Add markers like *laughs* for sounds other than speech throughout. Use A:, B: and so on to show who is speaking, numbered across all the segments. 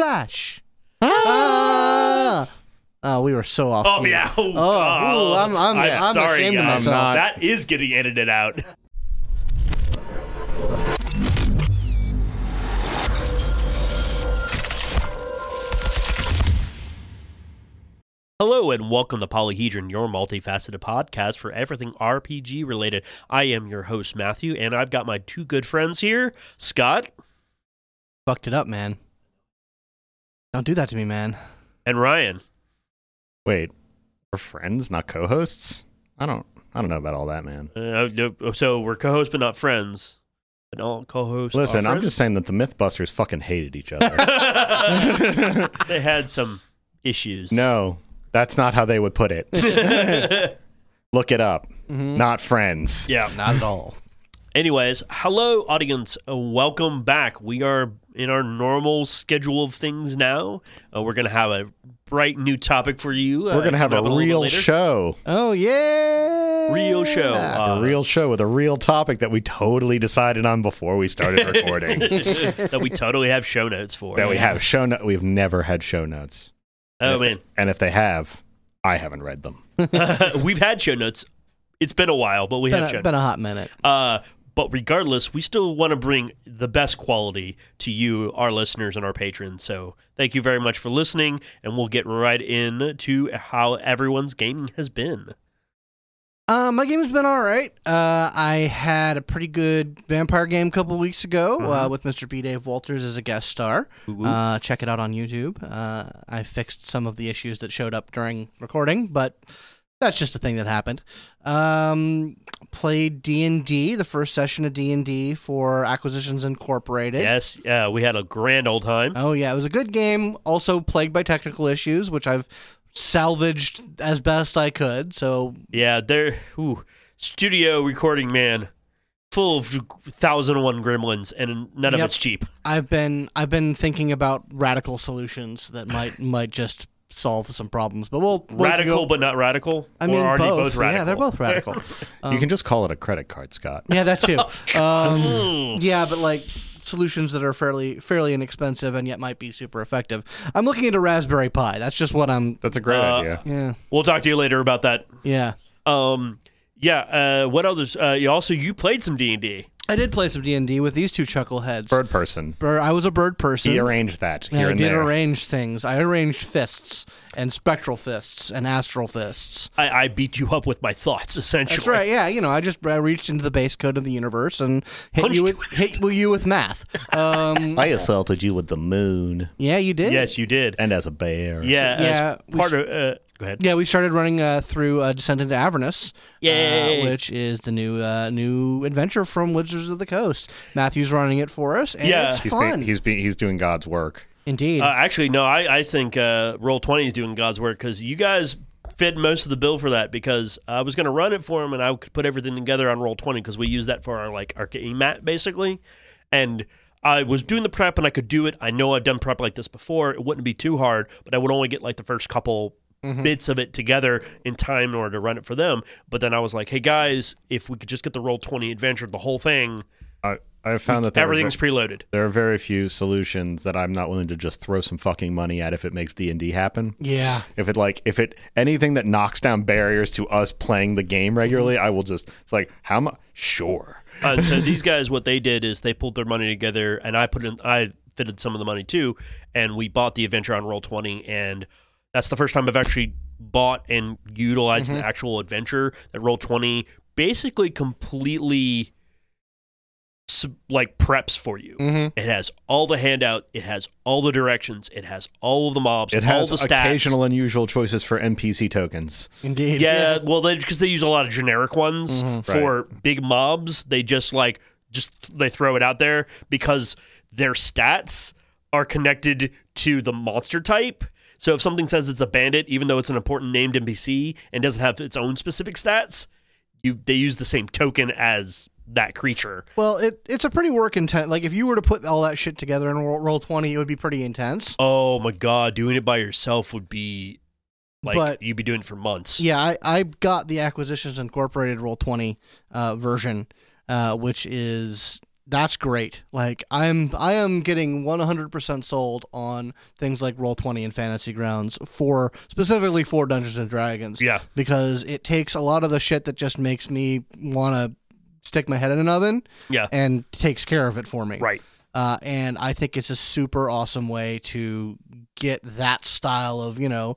A: Flash. Ah! Oh, we were so off.
B: Oh
A: key.
B: yeah. Oh,
A: ooh, I'm- I'm- I'm
B: sorry,
A: ashamed of
B: guys.
A: myself.
B: Not- That is getting edited out. Hello and welcome to Polyhedron, your multifaceted podcast for everything RPG related. I am your host Matthew, and I've got my two good friends here, Scott
A: Fucked it up, man. Don't do that to me, man.
B: and Ryan.
C: Wait, we're friends, not co-hosts. I don't. I don't know about all that, man.
B: Uh, so we're co-hosts but not friends. But all co-hosts. are
C: Listen, I'm
B: friends?
C: just saying that the MythBusters fucking hated
B: *laughs*
C: each other.
B: they had some issues.
C: no, that's not how they would
B: *laughs*
C: put it.
B: yeah.
C: Look it up.
B: Mm-hmm.
C: Not friends.
A: Not at all.
B: Anyways, hello, audience. Uh, welcome back. We are in our normal schedule of things now. Uh, we're going to have a bright new topic for you. uh,
C: We're gonna have a real
B: show.
C: show.
A: Oh yeah.
B: Real show.
C: a
B: Uh,
C: real show with a real topic that we totally decided on before
B: *laughs*
C: we started recording.
B: that we totally have show notes for.
C: that we have show notes. We've never had show notes.
B: Oh,
C: And if
B: man. *laughs*
C: they- and if they have, I haven't read them.
B: We've had show notes. It's been a while, but we
A: Been
B: have show
A: a, been a
B: notes.
A: hot minute.
B: Uh, but regardless, we still want to bring the best quality to you, our listeners and our patrons. So thank you very much for listening, and we'll get right in to how everyone's gaming has been.
A: Uh, my game's been all right. Uh, I had a pretty good vampire game a couple weeks ago
B: Mm-hmm.
A: uh, with Mr. B. Dave Walters as a guest star. Uh, check it out on YouTube. Uh, I fixed some of the issues that showed up during recording, but that's just a thing that happened. Um, played D and D, the first session of D and D for Acquisitions Incorporated.
B: yes, yeah, we had a grand old time.
A: Oh yeah, it was a good game. Also plagued by technical issues, which I've salvaged as best I could. So
B: yeah, there, ooh, studio recording man, full of thousand and one gremlins, and none of
A: Yep.
B: it's cheap.
A: I've been I've been thinking about radical solutions that might might just solve some problems. But we'll, we'll
B: radical,
A: go-
B: but not radical.
A: I mean,
B: or are they
A: both.
B: both radical?
A: Yeah, they're both
B: *laughs*
A: radical.
B: Um,
C: you can just call it a credit card, Scott.
A: yeah, that
C: *laughs*
A: too. Um,
C: Mm.
A: yeah, but like solutions that are fairly fairly inexpensive and yet might be super effective. I'm looking into Raspberry Pi. That's just what I'm.
C: That's a great
B: Uh,
C: idea.
A: Yeah,
B: We'll talk to you later about that.
A: yeah.
B: Um, yeah. Uh, what others? Uh, you also you played some D and D.
A: I did play some D and D with these two chuckleheads.
C: Bird person.
A: Bir- I was a bird person.
C: He arranged that
A: and
C: here
A: I
C: and
A: did
C: there.
A: arrange things. I arranged fists and spectral fists and astral fists.
B: I, I beat you up with my thoughts, *laughs* essentially.
A: That's right. Yeah, you know, I just I reached into the base code of the universe and hit
B: Punched
A: you
B: you
A: with hit well, you with math. Um,
C: I assaulted you with the moon
A: yeah, you
C: *laughs*
A: did.
B: Yes, you did.
C: and as a bear.
B: yeah.
A: Yeah,
B: as
A: we
B: part of. Uh, go ahead.
A: Yeah, we started running uh, through uh, Descent into Avernus,
B: Yay.
A: Uh, which is the new uh, new adventure from Wizards of the Coast. Matthew's running it for us, and
B: Yeah.
A: it's
C: He's,
A: fun.
C: being, he's, being, he's doing God's work.
A: Indeed.
B: Uh, actually, no. I I think uh, Roll Twenty is doing God's work because you guys fit most of the bill for that because I was going to run it for him and I could put everything together on Roll Twenty because we use that for our like our game mat basically, and. I was doing the prep and I could do it. I know I've done prep like this before. It wouldn't be too hard, but I would only get like the first couple bits of it together in time in order to run it for them. But then I was like, hey guys, if we could just get the roll 20 adventure, the whole thing,
C: I, I found that there are,
B: everything's
C: ve-
B: preloaded.
C: there are very few solutions that I'm not willing to just throw some fucking money at if it makes D and D happen.
A: yeah.
C: If it like if it anything that knocks down barriers to us playing the game regularly, I will just it's like how much sure.
B: Uh, and so these guys, what they did is they pulled their money together, and I put in, I fitted some of the money too, and we bought the adventure on Roll Twenty, and that's the first time I've actually bought and utilized
C: Mm-hmm.
B: an actual adventure that Roll Twenty basically completely s- like preps for you.
A: Mm-hmm.
B: It has all the handout, it has all the directions, it has all of the mobs,
C: It
B: all
C: has
B: the stats.
C: occasional unusual choices for NPC tokens.
A: Indeed.
B: Yeah, well, they because they use a lot of generic ones
A: Mm-hmm.
B: for big mobs. They just like just they throw it out there because their stats are connected to the monster type. So if something says it's a bandit, even though it's an important named NPC and doesn't have its own specific stats, you they use the same token as that creature.
A: Well, it, it's a pretty work intense. Like, if you were to put all that shit together in roll, roll 20, it would be pretty intense.
B: Oh my god, doing it by yourself would be like
A: But-
B: you'd be doing it for months.
A: Yeah, I, I got the Acquisitions Incorporated Roll Twenty uh, version, uh, which is that's great. Like I'm I am getting 100% sold on things like Roll20 and Fantasy Grounds for specifically for Dungeons and Dragons.
B: Yeah.
A: Because it takes a lot of the shit that just makes me want to stick my head in an oven
B: Yeah.
A: and takes care of it for me.
B: Right.
A: Uh, and I think it's a super awesome way to get that style of, you know,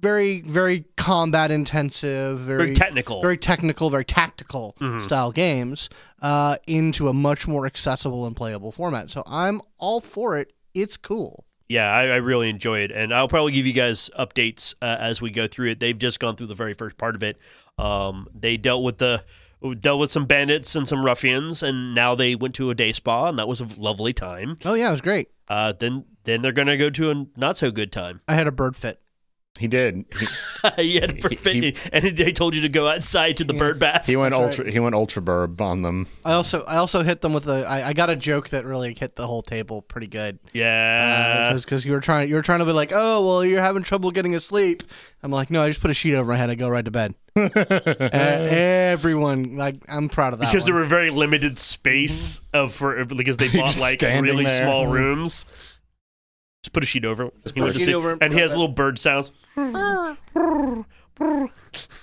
A: very, very combat intensive, very,
B: Very technical.
A: very technical, very tactical style games uh, into a much more accessible and playable format. So I'm all for it. It's cool.
B: yeah, I, I really enjoy it, and I'll probably give you guys updates uh, as we go through it. They've just gone through the very first part of it. Um, they dealt with the dealt with some bandits and some ruffians, and now they went to a day spa, and that was a lovely time.
A: Oh yeah, it was great.
B: Uh, then then they're gonna go to a not so good time. *laughs*
A: I had a bird fit.
C: He did. He,
B: you had perfect,
C: he-
B: and they told you to go outside to the bird bath.
C: he went ultra. He went ultra burb on them.
A: I also I also hit them with a I, I got a joke that really hit the whole table pretty good.
C: Uh,
B: yeah,
A: because you were trying you were trying to be like, oh well, you're having trouble getting asleep. I'm like, no, I just put a sheet over my head. I go right to
C: *laughs*
A: bed. Uh, everyone, like, I'm proud of that.
B: because there
A: one. Mm-hmm.
B: were very limited space of for because
A: *laughs*
B: they bought
C: just
B: like
C: standing
B: really
C: there.
B: small rooms. Just put a sheet over. He went
A: put a
B: to
A: sheet
B: sleep,
A: over him,
B: and he
A: put
B: has
A: it-
B: little
A: *laughs*
B: bird sounds.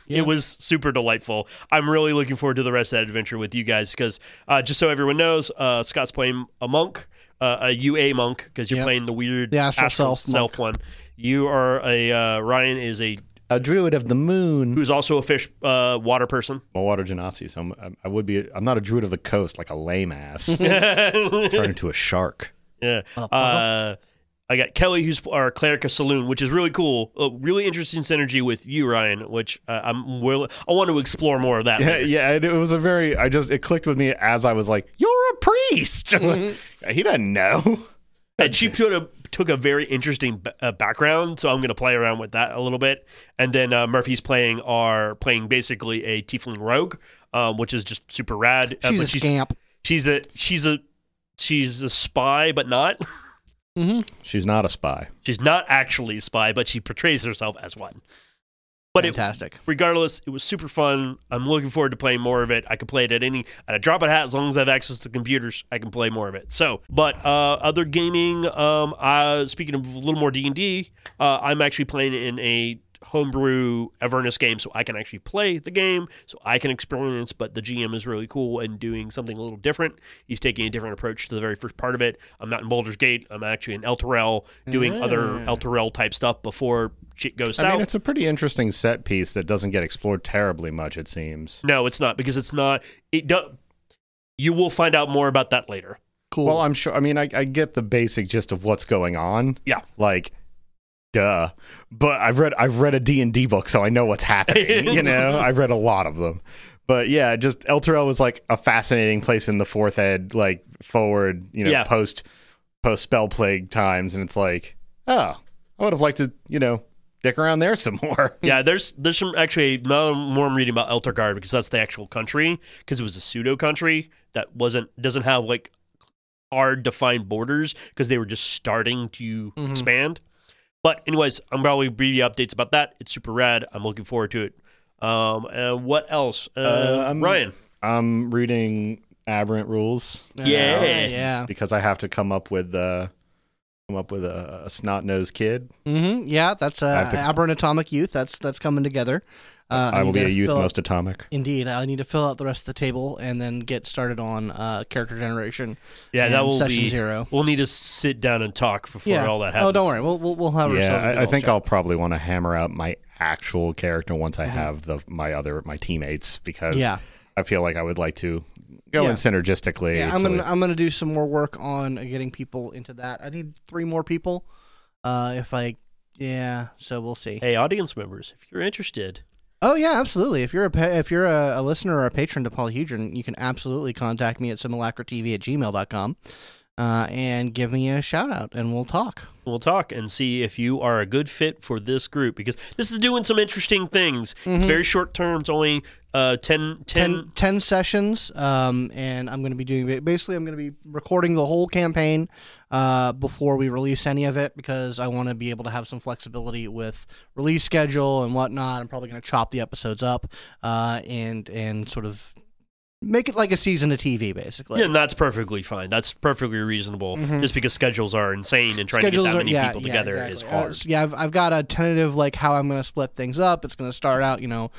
B: It was super delightful. I'm really looking forward to the rest of that adventure with you guys because uh, just so everyone knows, uh, Scott's playing a monk, uh, a UA monk because you're
A: Yep.
B: playing the weird
A: The astral self
B: one. You are a uh, Ryan is a
C: A druid of the moon.
B: who's also a fish uh, water person.
C: I'm a water genasi, so I'm, I- I would be. I'm not a druid of the coast, like a lame *laughs* ass. Turn into a shark.
B: Yeah. Uh, I got Kelly, who's our cleric of saloon, which is really cool. A really interesting synergy with you, Ryan, which uh, I'm will- I want to explore more of that.
C: *laughs* Yeah,
B: later.
C: yeah. It, it was a very. I just it clicked with me as I was like, "You're a priest." *laughs* he doesn't know.
B: And she took a, took a very interesting b- uh, background, so I'm going to play around with that a little bit. And then uh, Murphy's playing our playing basically a tiefling rogue, um, which is just super rad. Uh,
A: she's
B: but
A: a scamp.
B: she's a she's a she's a spy, but not.
C: She's not a spy.
B: She's not actually a spy, but she portrays herself as one. But it,
A: Fantastic.
B: regardless, it was super fun. I'm looking forward to playing more of it. I could play it at any at a drop of a hat as long as I have access to computers. I can play more of it. So, but uh, other gaming. Um, uh, speaking of a little more D and D, uh, I'm actually playing in a homebrew Avernus game, so I can actually play the game, so I can experience. But the GM is really cool and doing something a little different. He's taking a different approach to the very first part of it. I'm not in Boulder's Gate. I'm actually in Elturel doing other Elturel type stuff before shit goes
C: Mm. I
B: south.
C: mean, it's a pretty interesting set piece that doesn't get explored terribly much. It seems.
B: No, it's not because it's not. It do, you will find out more about that later.
A: Cool.
C: Well, I'm sure. I mean, I, I get the basic gist of what's going on.
B: Yeah.
C: Like, duh. But I've read I've read a D and D book, so I know what's happening. you know, I've read a lot of them. But yeah, just El Terrell was like a fascinating place in the fourth ed, like forward, you know,
B: Yeah.
C: post post spell plague times, and it's like, oh, I would have liked to, you know, dick around there some *laughs* more.
A: Hmm.
B: Yeah, there's there's some actually now more I'm reading about Eltergard because that's the actual country because it was a pseudo country that wasn't doesn't have like hard defined borders because they were just starting to
A: Mm-hmm.
B: expand. But anyways, I'm probably reading updates about that. It's super rad. I'm looking forward to it. Um, uh, what else? Uh,
C: I'm-
B: Ryan.
C: I'm reading Aberrant Rules.
B: Yeah.
A: Uh, yeah.
C: Because I have to come up with uh, come up with a, a snot nosed kid.
A: hmm Yeah, that's uh,
C: have to-
A: aberrant atomic youth. That's that's coming together. Uh,
C: I will
A: need
C: be
A: to
C: a youth
A: fill-
C: most atomic.
A: Indeed, I need to fill out the rest of the table and then get started on uh, character generation.
B: Yeah, that
A: and
B: will
A: session
B: be
A: zero.
B: We'll need to sit down and talk before
A: yeah.
B: all that happens.
A: Oh, don't worry. We'll we'll, we'll have
C: Yeah,
A: ourselves. a good
C: I, I
A: old
C: think
A: chat.
C: I'll probably want to hammer out my actual character once I have the my other my teammates because
A: Mm-hmm. Yeah.
C: I feel like I would like to go
A: Yeah.
C: in synergistically.
A: Yeah, I'm
C: so
A: gonna
C: it-
A: I'm gonna do some more work on getting people into that. I need three more people. Uh, if I yeah, so we'll see.
B: Hey, audience members, if you're interested,
A: Oh yeah, absolutely. If you're a pa- if you're a, a listener or a patron to Polyhedron, you can absolutely contact me at simulacratv at gmail.com uh, and give me a shout out and we'll talk.
B: we'll talk and see if you are a good fit for this group because this is doing some interesting things. It's very short term. It's only uh, 10, 10
A: Mm-hmm. Ten, 10 sessions, um, and I'm going to be doing basically I'm going to be recording the whole campaign uh, before we release any of it because I want to be able to have some flexibility with release schedule and whatnot. I'm probably going to chop the episodes up uh, and and sort of make it like a season of TV, basically.
B: yeah, and that's perfectly fine. That's perfectly reasonable.
A: Mm-hmm.
B: Just because schedules are insane and trying to get that many people together is
A: exactly.
B: hard.
A: Uh, yeah, I've, I've got a tentative like how I'm going to split things up. It's going to start out, you know,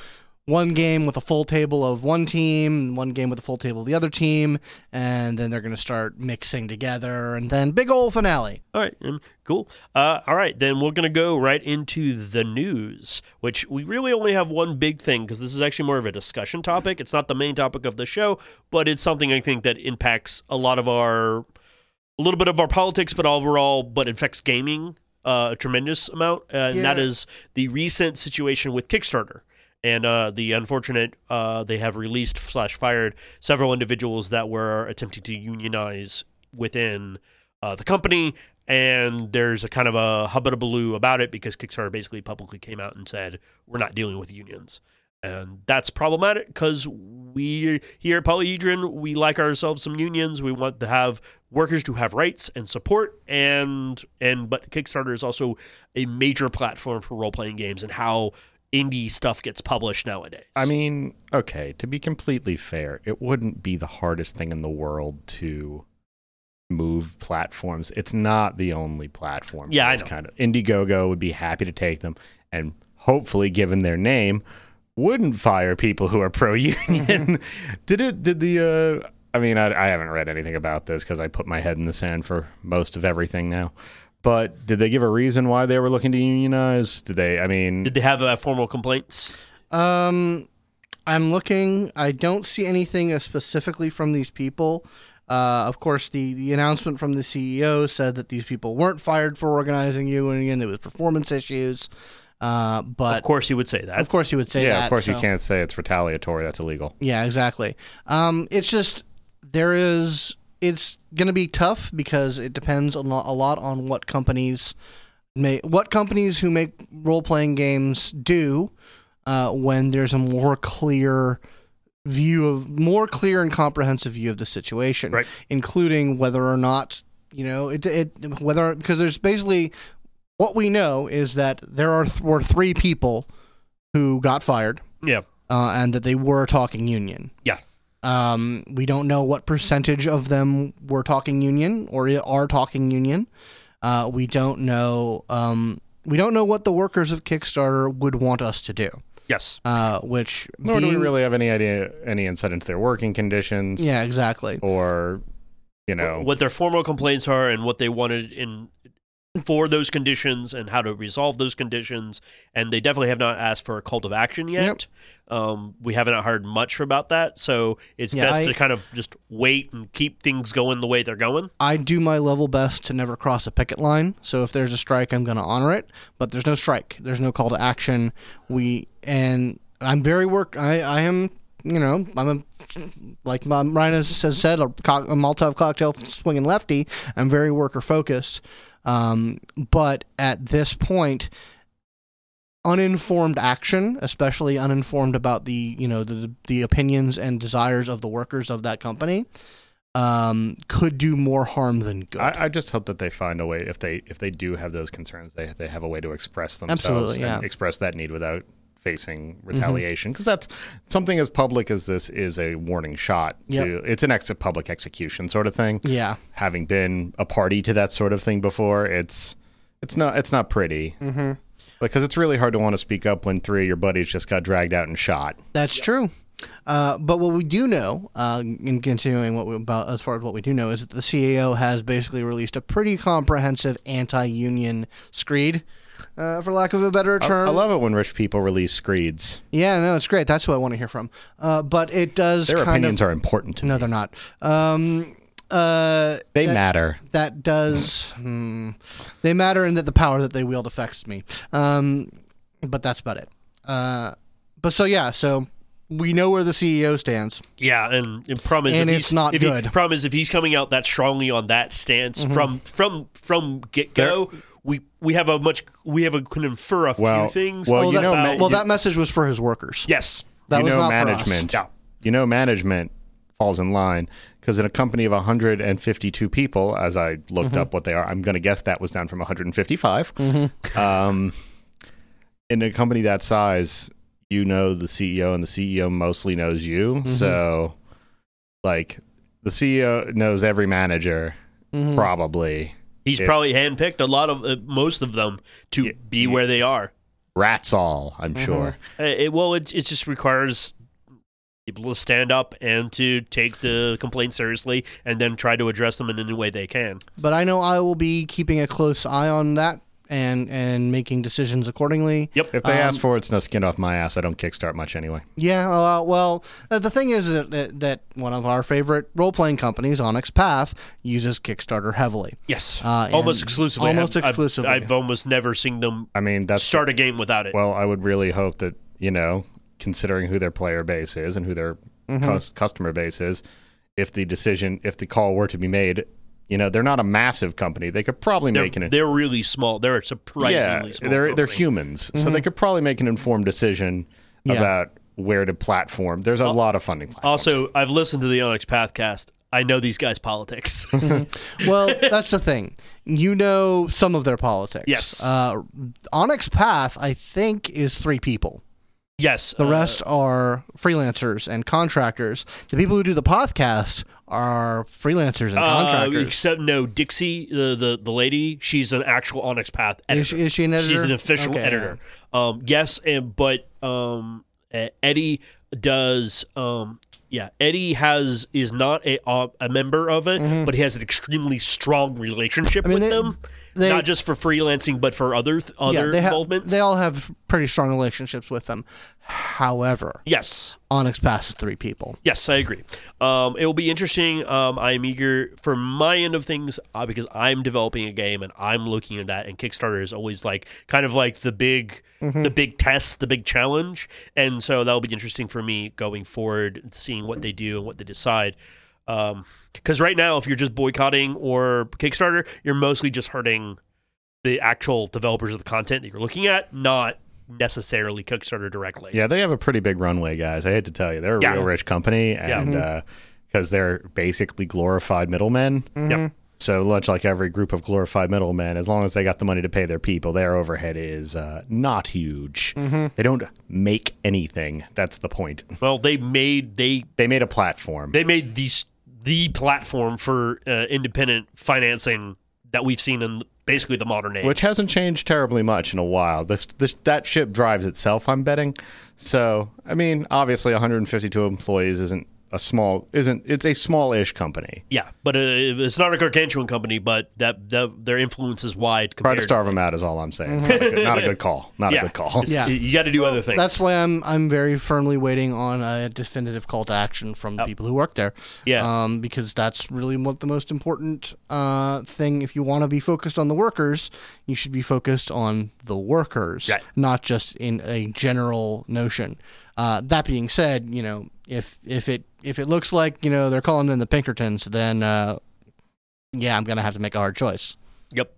A: one game with a full table of one team, one game with a full table of the other team, and then they're going to start mixing together, and then big old finale.
B: All right, um, cool. Uh, all right, then we're gonna go right into the news, which we really only have one big thing because this is actually more of a discussion topic. It's not the main topic of the show, but it's something I think that impacts a lot of our, a little bit of our politics, but overall, but affects gaming uh, a tremendous amount, uh, and that
A: Yeah.
B: is the recent situation with Kickstarter. And uh, the unfortunate, uh, they have released slash fired several individuals that were attempting to unionize within uh, the company, and there's a kind of a hubbudabaloo about it because Kickstarter basically publicly came out and said we're not dealing with unions, and that's problematic because we here at Polyhedron we like ourselves some unions. We want to have workers to have rights and support, and and but Kickstarter is also a major platform for role playing games and how indie stuff gets published nowadays.
C: I mean, okay, to be completely fair, it wouldn't be the hardest thing in the world to move platforms. It's not the only platform.
B: Yeah, I
C: It's
B: know.
C: kind of Indiegogo would be happy to take them and hopefully given their name wouldn't fire people who are pro union.
B: Mm-hmm.
C: *laughs* did it did the uh I mean, I, I haven't read anything about this because I put my head in the sand for most of everything now. But did they give a reason why they were looking to unionize? Did they? I mean,
B: did they have uh, formal complaints?
A: Um, I'm looking. I don't see anything uh, specifically from these people. Uh, of course, the, the announcement from the CEO said that these people weren't fired for organizing union. It was performance issues. Uh, but
B: Of course, he would say that.
A: of course, he would say
C: yeah,
A: that.
C: of course you
A: so-
C: can't say it's retaliatory. That's illegal.
A: Yeah, exactly. Um, it's just there is. It's going to be tough because it depends a lo- a lot on what companies may, what companies who make role playing games do uh, when there's a more clear view of more clear and comprehensive view of the situation,
B: Right.
A: including whether or not you know it, it whether because there's basically what we know is that there are th- were three people who got fired
B: yeah,
A: uh, and that they were talking union.
B: yeah.
A: Um, we don't know what percentage of them were talking union or i- are talking union. Uh, we don't know. Um, we don't know what the workers of Kickstarter would want us to do.
B: Yes.
A: Uh, which
C: Nor do
A: being-
C: we really have any idea any insight into their working conditions
A: Yeah, exactly.
C: or you know
B: what their formal complaints are and what they wanted in for those conditions and how to resolve those conditions. And they definitely have not asked for a call to action yet. Um, we haven't heard much about that, so it's
A: Yeah,
B: best
A: I-
B: to kind of just wait and keep things going the way they're going.
A: I do my level best to never cross a picket line. So if there's a strike, I'm going to honor it. But there's no strike. There's no call to action. We and I'm very work. I I am. You know, I'm a like Mom Ryan has has said a, co- a Molotov cocktail swinging lefty. I'm very worker focused. Um, but at this point, uninformed action, especially uninformed about the you know the the opinions and desires of the workers of that company, um, could do more harm than good.
C: I, I just hope that they find a way if they if they do have those concerns they they have a way to express themselves
A: Absolutely,
C: and
A: yeah.
C: express that need without facing retaliation because that's something as public as this is a warning shot to it's an ex- public execution sort of thing
A: yeah,
C: having been a party to that sort of thing before it's it's not it's not pretty mm-hmm. because it's really hard to want to speak up when three of your buddies just got dragged out and shot
A: that's true. Uh, but what we do know, uh, in continuing what we about as far as what we do know, is that the CAO has basically released a pretty comprehensive anti-union screed, uh, for lack of a better term.
C: I love it when rich people release screeds.
A: yeah, no, it's great. That's what I want to hear from. Uh, but it does
C: Their
A: kind
C: opinions
A: of
C: are important to me.
A: no, they're not. Um, uh,
C: They matter.
A: that does hmm, they matter in that the power that they wield affects me um, but that's about it uh, but so yeah so we know where the ceo stands
B: Yeah, and, and problem is
A: And
B: if
A: it's
B: he's,
A: not
B: if he-
A: good. Mm-hmm.
B: problem is if he's coming out that strongly on that stance from from from get go, we we have a much we have a can infer a
C: Well-
B: few things.
C: well,
A: well,
C: you
A: that,
C: know, ma-
A: well
C: you-
A: that message was for his workers
B: yes,
A: that
C: you
A: was
C: know
A: not
C: management.
A: for us.
B: Yeah.
C: You know management falls in line because in a company of 152 people, as I looked
A: Mm-hmm.
C: up what they are, I'm going to guess that was down from 155.
A: Mm-hmm.
C: Um, in a company E
A: Mm-hmm.
C: that size, you know the CEO, and the CEO mostly knows you. So Like the CEO knows every manager
A: Mhm.
C: probably.
B: He's
C: Yeah.
B: probably handpicked a lot of uh, most of them to
C: Yeah,
B: be
C: yeah.
B: where they are.
C: Rats all, I'm
A: Mm-hmm.
C: sure.
B: Uh, it- well, it it just requires people to stand up and to take the complaints seriously, and then try to address them in any way they can.
A: But I know I will be keeping a close eye on that and and making decisions accordingly.
B: Yep.
C: If they ask for it, it's no skin off my ass. I don't kickstart much anyway.
A: Yeah, uh, well, uh, the thing is that, that, that one of our favorite role playing companies, Onyx Path, uses Kickstarter heavily.
B: Yes,
A: Uh,
B: almost
A: and-
B: exclusively.
A: almost
B: I've- I've-
A: exclusively.
B: I've, almost never seen them
C: I mean, that's
B: start a game without it.
C: well. I would really hope that you know, considering who their player base is and who their cus- customer base is, if the decision, if the call were to be made, you know, they're not a massive company. They could probably
B: they're,
C: make an
B: they're really small. They're a
C: yeah,
B: surprisingly small.
C: they're they're
B: company.
C: humans, so they could probably make an informed decision
A: Yeah.
C: about where to platform. There's a lot of funding platforms.
B: Also, I've listened to the Onyx Pathcast. I know these guys'
C: *laughs*
B: politics.
A: *laughs* Well, that's the thing. You know some of their politics.
B: Yes.
A: Uh, Onyx Path, I think, is three people.
B: yes,
A: The
B: uh,
A: rest are freelancers and contractors. The people who do the podcast are freelancers and
B: uh,
A: contractors.
B: except no, Dixie, the, the the lady, she's an actual Onyx Path editor.
A: Is she, is she an editor?
B: She's an official
A: Okay.
B: editor. Um, yes, and but um, eh, Eddie does. Um, yeah, Eddie has is not a uh, a member of it, but he has an extremely strong relationship
A: Mm-hmm. mean,
B: with
A: they-
B: them.
A: they-
B: not just for freelancing, but for other th- other
A: they, ha-
B: involvements.
A: they all have pretty strong relationships with them. However,
B: yes,
A: Onyx Path is three people.
B: Yes, I agree. Um, it will be interesting. Um, I'm eager for my end of things uh, because I'm developing a game and I'm looking at that. And Kickstarter is always like kind of like the big, the big test, the big challenge. And so that'll be interesting for me going forward, seeing what they do and what they decide. Because right now, if you're just boycotting or Kickstarter, you're mostly just hurting the actual developers of the content that you're looking at, not necessarily Kickstarter directly.
C: yeah, they have a pretty big runway, guys. I hate to tell you, they're a
B: Yeah.
C: real rich company,
B: Yeah.
C: and because they're basically glorified middlemen.
B: Yep.
C: So much like every group of glorified middlemen, as long as they got the money to pay their people, their overhead is uh, not huge.
B: Mm-hmm.
C: They don't make anything. That's the point.
B: Well, they made they
C: They made a platform.
B: they made the the platform for uh, independent financing that we've seen in basically the modern age.
C: which hasn't changed terribly much in a while. This, this that ship drives itself, I'm betting. So, I mean, obviously, 152 employees isn't a small isn't it's a small-ish company.
B: yeah, but uh, it's not a gargantuan company, but that, that their influence is wide.
C: Try
B: Compared
C: to starve them out is all I'm saying. It's Not a good, not
B: *laughs*
C: a good call.
B: Mm-hmm.
C: Not
B: yeah,
C: a good call.
B: it's- you got to do other things.
A: That's why I'm I'm very firmly waiting on a definitive call to action from the people who work there.
B: Yeah.
A: Um, because that's really what the most important uh, thing. If you want to be focused on the workers, you should be focused on the workers,
B: Right.
A: not just in a general notion. Uh, that being said, you know, if if it if it looks like you know they're calling in the Pinkertons, then uh, yeah, I'm gonna have to make a hard choice.
B: Yep.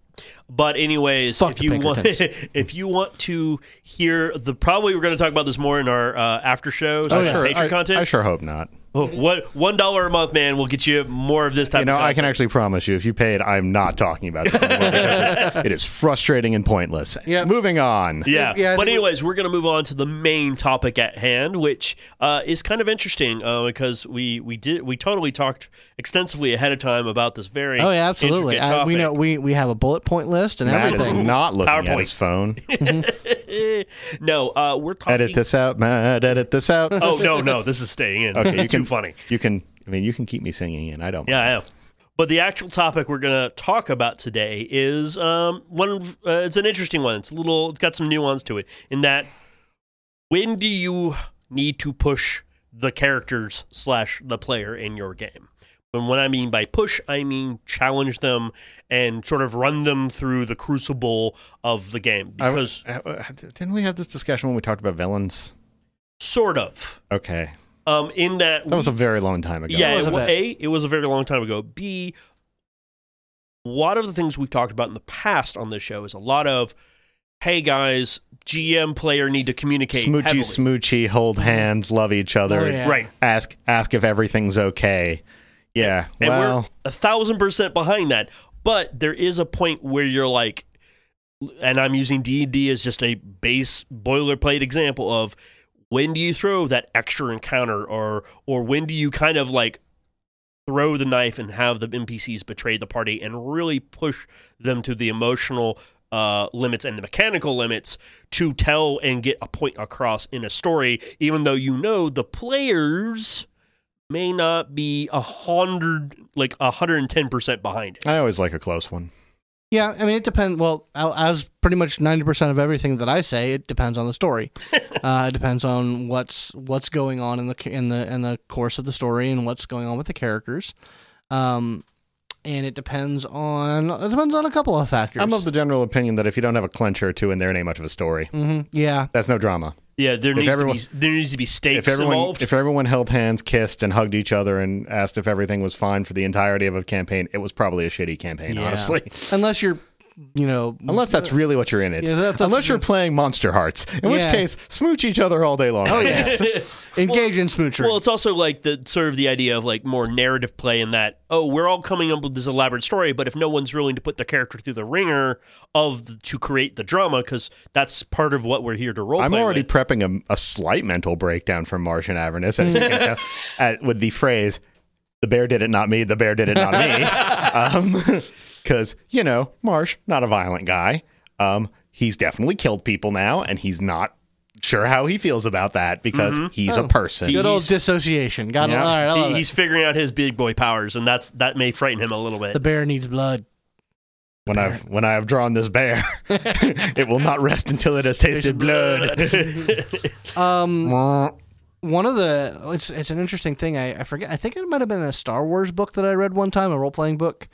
B: But anyways,
A: Fuck
B: if
A: the
B: you want
A: Pinkertons.
B: *laughs* if you want to hear the probably we're going to talk about this more in our uh, after show
C: I
B: slash
C: sure,
B: Patreon
C: Oh, I,
B: content.
C: I sure hope not.
B: Oh, what one dollar a month, man, will get you more of this type.
C: You know,
B: of
C: I
B: content.
C: can actually promise you, if you paid, I'm not talking about this anymore because
B: *laughs*
C: it's- it is frustrating and pointless.
A: Yeah.
C: Moving on.
B: Yeah.
A: Yeah, I
B: but
A: think-
B: anyways, we're going to move on to the main topic at hand, which uh, is kind of interesting uh, because we we did we totally talked extensively ahead of time about this very
A: Oh yeah, absolutely.
B: intricate
A: I, we
B: topic.
A: know we we have a bullet point list and
C: Matt is
A: everything.
C: not looking at
B: PowerPoint. *laughs*
C: his phone.
B: no, uh, we're talking.
C: edit this out, Matt. Edit this out.
B: Oh no, no, this is staying in.
C: Okay,
B: it's
C: you
B: too
C: can-
B: funny.
C: You can. I mean, you can keep me singing, and I don't.
B: Yeah, I know. But the actual topic we're going to talk about today is um, one. of- Uh, it's an interesting one. It's a little. It's got some nuance to it. In that, when do you need to push the characters slash the player in your game? And what I mean by push, I mean challenge them and sort of run them through the crucible of the game.
C: I-
B: Because
C: I- I- didn't we have this discussion when we talked about villains?
B: sort of,
C: Okay,
B: um, in that
C: that was a very long time ago.
B: Yeah,
A: That was
B: it
A: a
B: wa-
A: bit.
B: a it was a very long time ago. B, a lot of the things we've talked about in the past on this show is a lot of, hey guys, GM player need to communicate.
C: Smoochy,
B: heavily. Mm-hmm.
C: smoochy, hold hands, love each other.
A: Oh, yeah.
B: right?
C: Ask, ask if everything's okay. Yeah.
B: And we're
C: well,
B: a thousand percent behind that. But there is a point where you're like, and I'm using D and D as just a base boilerplate example of when do you throw that extra encounter or or when do you kind of like throw the knife and have the NPCs betray the party and really push them to the emotional uh, limits and the mechanical limits to tell and get a point across in a story, even though you know the players may not be a hundred like a hundred and ten percent behind it.
C: I always like a close one.
A: Yeah, I mean, it depends. Well, a- as pretty much ninety percent of everything that I say, it depends on the story. uh, it depends on what's what's going on in the ca- in the in the course of the story and what's going on with the characters, um, and it depends on it depends on a couple of factors.
C: I'm of the general opinion that if you don't have a clincher or two in there, it ain't much of a story.
A: Mhm, yeah,
C: That's no drama.
B: Yeah, there needs
C: everyone-
B: to be there needs to be stakes
C: If everyone,
B: involved.
C: if everyone held hands, kissed, and hugged each other and asked if everything was fine for the entirety of a campaign, it was probably a shitty campaign,
A: Yeah.
C: honestly.
A: unless you're, you know,
C: Unless that's really what you're in it.
A: Yeah, that- that's-
C: Unless you're playing Monster Hearts, in which
A: Yeah.
C: case, smooch each other all day long. Oh, yes.
A: engage in smoochery.
B: Well, it's also like the sort of the idea of like more narrative play in that oh we're all coming up with this elaborate story, but if no one's willing to put the character through the ringer of the, to create the drama because that's part of what we're here to role.
C: I'm
B: play
C: already
B: with.
C: prepping a, a slight mental breakdown from Martian Avernus as you can
B: *laughs*
C: tell, at, with the phrase, the bear did it, not me, the bear did it, not
B: *laughs*
C: me. *laughs* Because, you know, Marsh, not a violent guy. Um, he's definitely killed people now, and he's not sure how he feels about that because he's a person.
A: Good old
B: Mm-hmm. Oh. he's-
A: dissociation. Got it.
C: Yeah.
A: All right, I
B: He-
A: love it.
B: he's figuring out his big boy powers, and that's that may frighten him a little bit.
A: The bear needs blood.
C: when I've when I have drawn this bear, *laughs* it will not rest until it has tasted blood. *laughs*
A: Um, one of the it's it's an interesting thing. I, I forget. I think it might have been a Star Wars book that I read one time, a role playing book,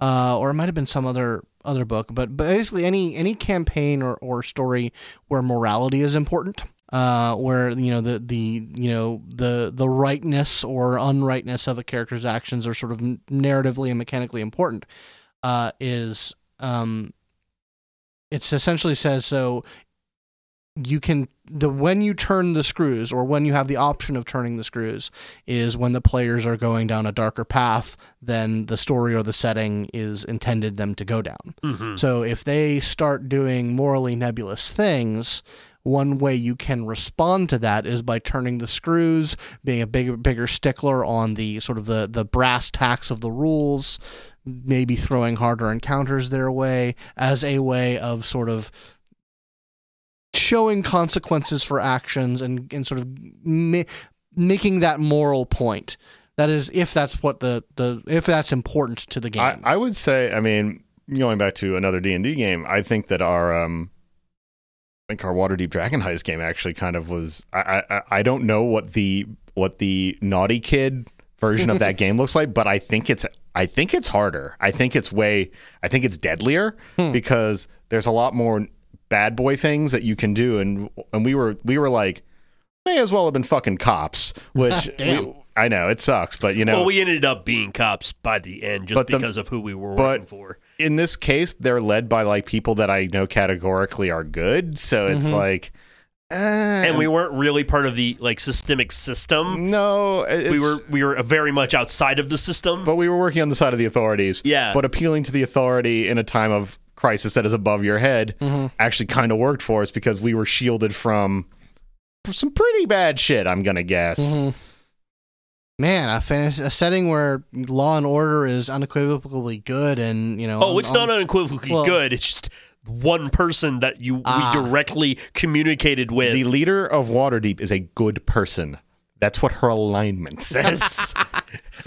A: uh, or it might have been some other other book. But basically, any any campaign or, or story where morality is important, uh, where you know the the you know the the rightness or unrightness of a character's actions are sort of n- narratively and mechanically important, uh, is um, it's essentially says so you can the when you turn the screws or when you have the option of turning the screws is when the players are going down a darker path than the story or the setting is intended them to go down.
C: Hmm.
B: Mhm.
A: So if they start doing morally nebulous things, one way you can respond to that is by turning the screws, being a bigger bigger stickler on the sort of the, the brass tacks of the rules, maybe throwing harder encounters their way as a way of sort of showing consequences for actions and, and sort of ma- making that moral point. That is, if that's what the, the if that's important to the game.
C: I, I would say, I mean, going back to another D and D game, I think that our um, I think our Waterdeep Dragon Heist game actually kind of was. I I, I- I don't know what the what the naughty kid version of that game looks like, but I think it's I think it's harder. I think it's way I think it's deadlier because there's a lot more bad boy things that you can do, and and we were we were like. May as well have been fucking cops, which
A: Damn.
C: we- I know it sucks, but you know
B: Well, we ended up being cops by the end just
C: But the-
B: because of who we were
C: but-
B: working for.
C: in this case they're led by like people that i know categorically are good so it's like eh,
B: Mm-hmm. And we weren't really part of the like systemic system.
C: no it's,
B: We were we were very much outside of the system.
C: but we were working on the side of the authorities
B: Yeah.
C: but appealing to the authority in a time of crisis that is above your head
B: Mm.
C: actually kind of worked for us because we were shielded from some pretty bad shit i'm gonna guess
B: Mm-hmm.
A: Mm-hmm. Man, a, fantasy, a setting where law and order is unequivocally good, and you know. um,
B: Oh,
A: on-
B: it's not
A: on-
B: unequivocally
A: well-
B: good. It's just one person that you
A: Ah.
B: we directly communicated
C: the
B: with.
C: leader of waterdeep is a good person that's what
B: *laughs*
C: her alignment says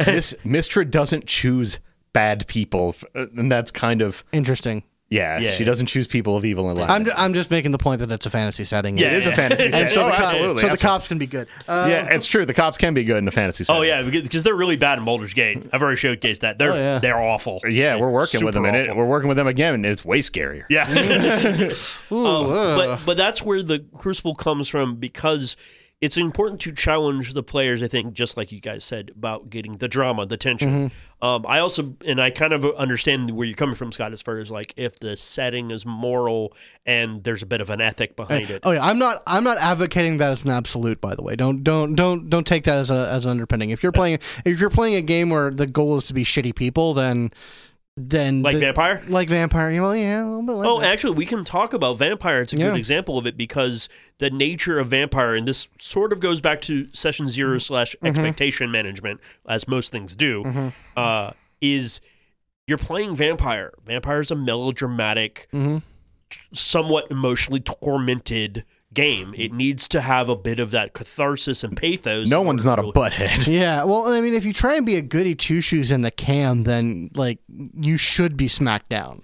C: Miss, mistra doesn't choose bad people f- and that's kind of
A: interesting.
C: Yeah,
B: Yeah.
C: she doesn't choose people of evil and
A: I'm, ju-
C: alignment.
A: I'm just making the point that it's a fantasy setting.
B: Yeah,
C: It is
A: *laughs*
C: a fantasy setting.
A: so
C: oh,
A: the co-
C: absolutely.
A: So the
C: absolutely.
A: cops can be good. Uh,
C: yeah, it's true. The cops can be good in a fantasy setting.
B: oh yeah, because they're really bad in Baldur's Gate. I've already showcased that. They're
A: Oh, yeah.
B: they're awful.
C: Yeah, we're working with
B: Super
C: them, and it,
B: awful.
C: we're working with them again, and it's way scarier.
B: Yeah.
A: *laughs*
B: Um,
A: Ooh, uh,
B: but but that's where the crucible comes from because it's important to challenge the players i think just like you guys said about getting the drama the tension
A: Mm-hmm.
B: um, i also and i kind of understand where you're coming from scott as far as like if the setting is moral and there's a bit of an ethic behind it
A: oh yeah, I'm not. I'm not advocating that as an absolute. By the way, don't don't don't don't take that as a as an underpinning. If you're playing if you're playing a game where the goal is to be shitty people, then Then
B: Like
A: the-
B: Vampire?
A: like vampire. you know, yeah, a little bit. Like
B: Oh,
A: that.
B: actually, we can talk about vampire. It's a
A: Yeah.
B: good example of it because the nature of vampire, and this sort of goes back to session 0 slash expectation management, as most things do, uh, is you're playing vampire. Vampire is a melodramatic, somewhat emotionally tormented game. It needs to have a bit of that catharsis and pathos.
C: No
B: in
C: one's
B: order
C: not
B: to
C: a
B: really-
A: *laughs*
C: butthead.
A: yeah. Well, I mean, if you try and be a goody two shoes in the cam, then like you should be smacked down.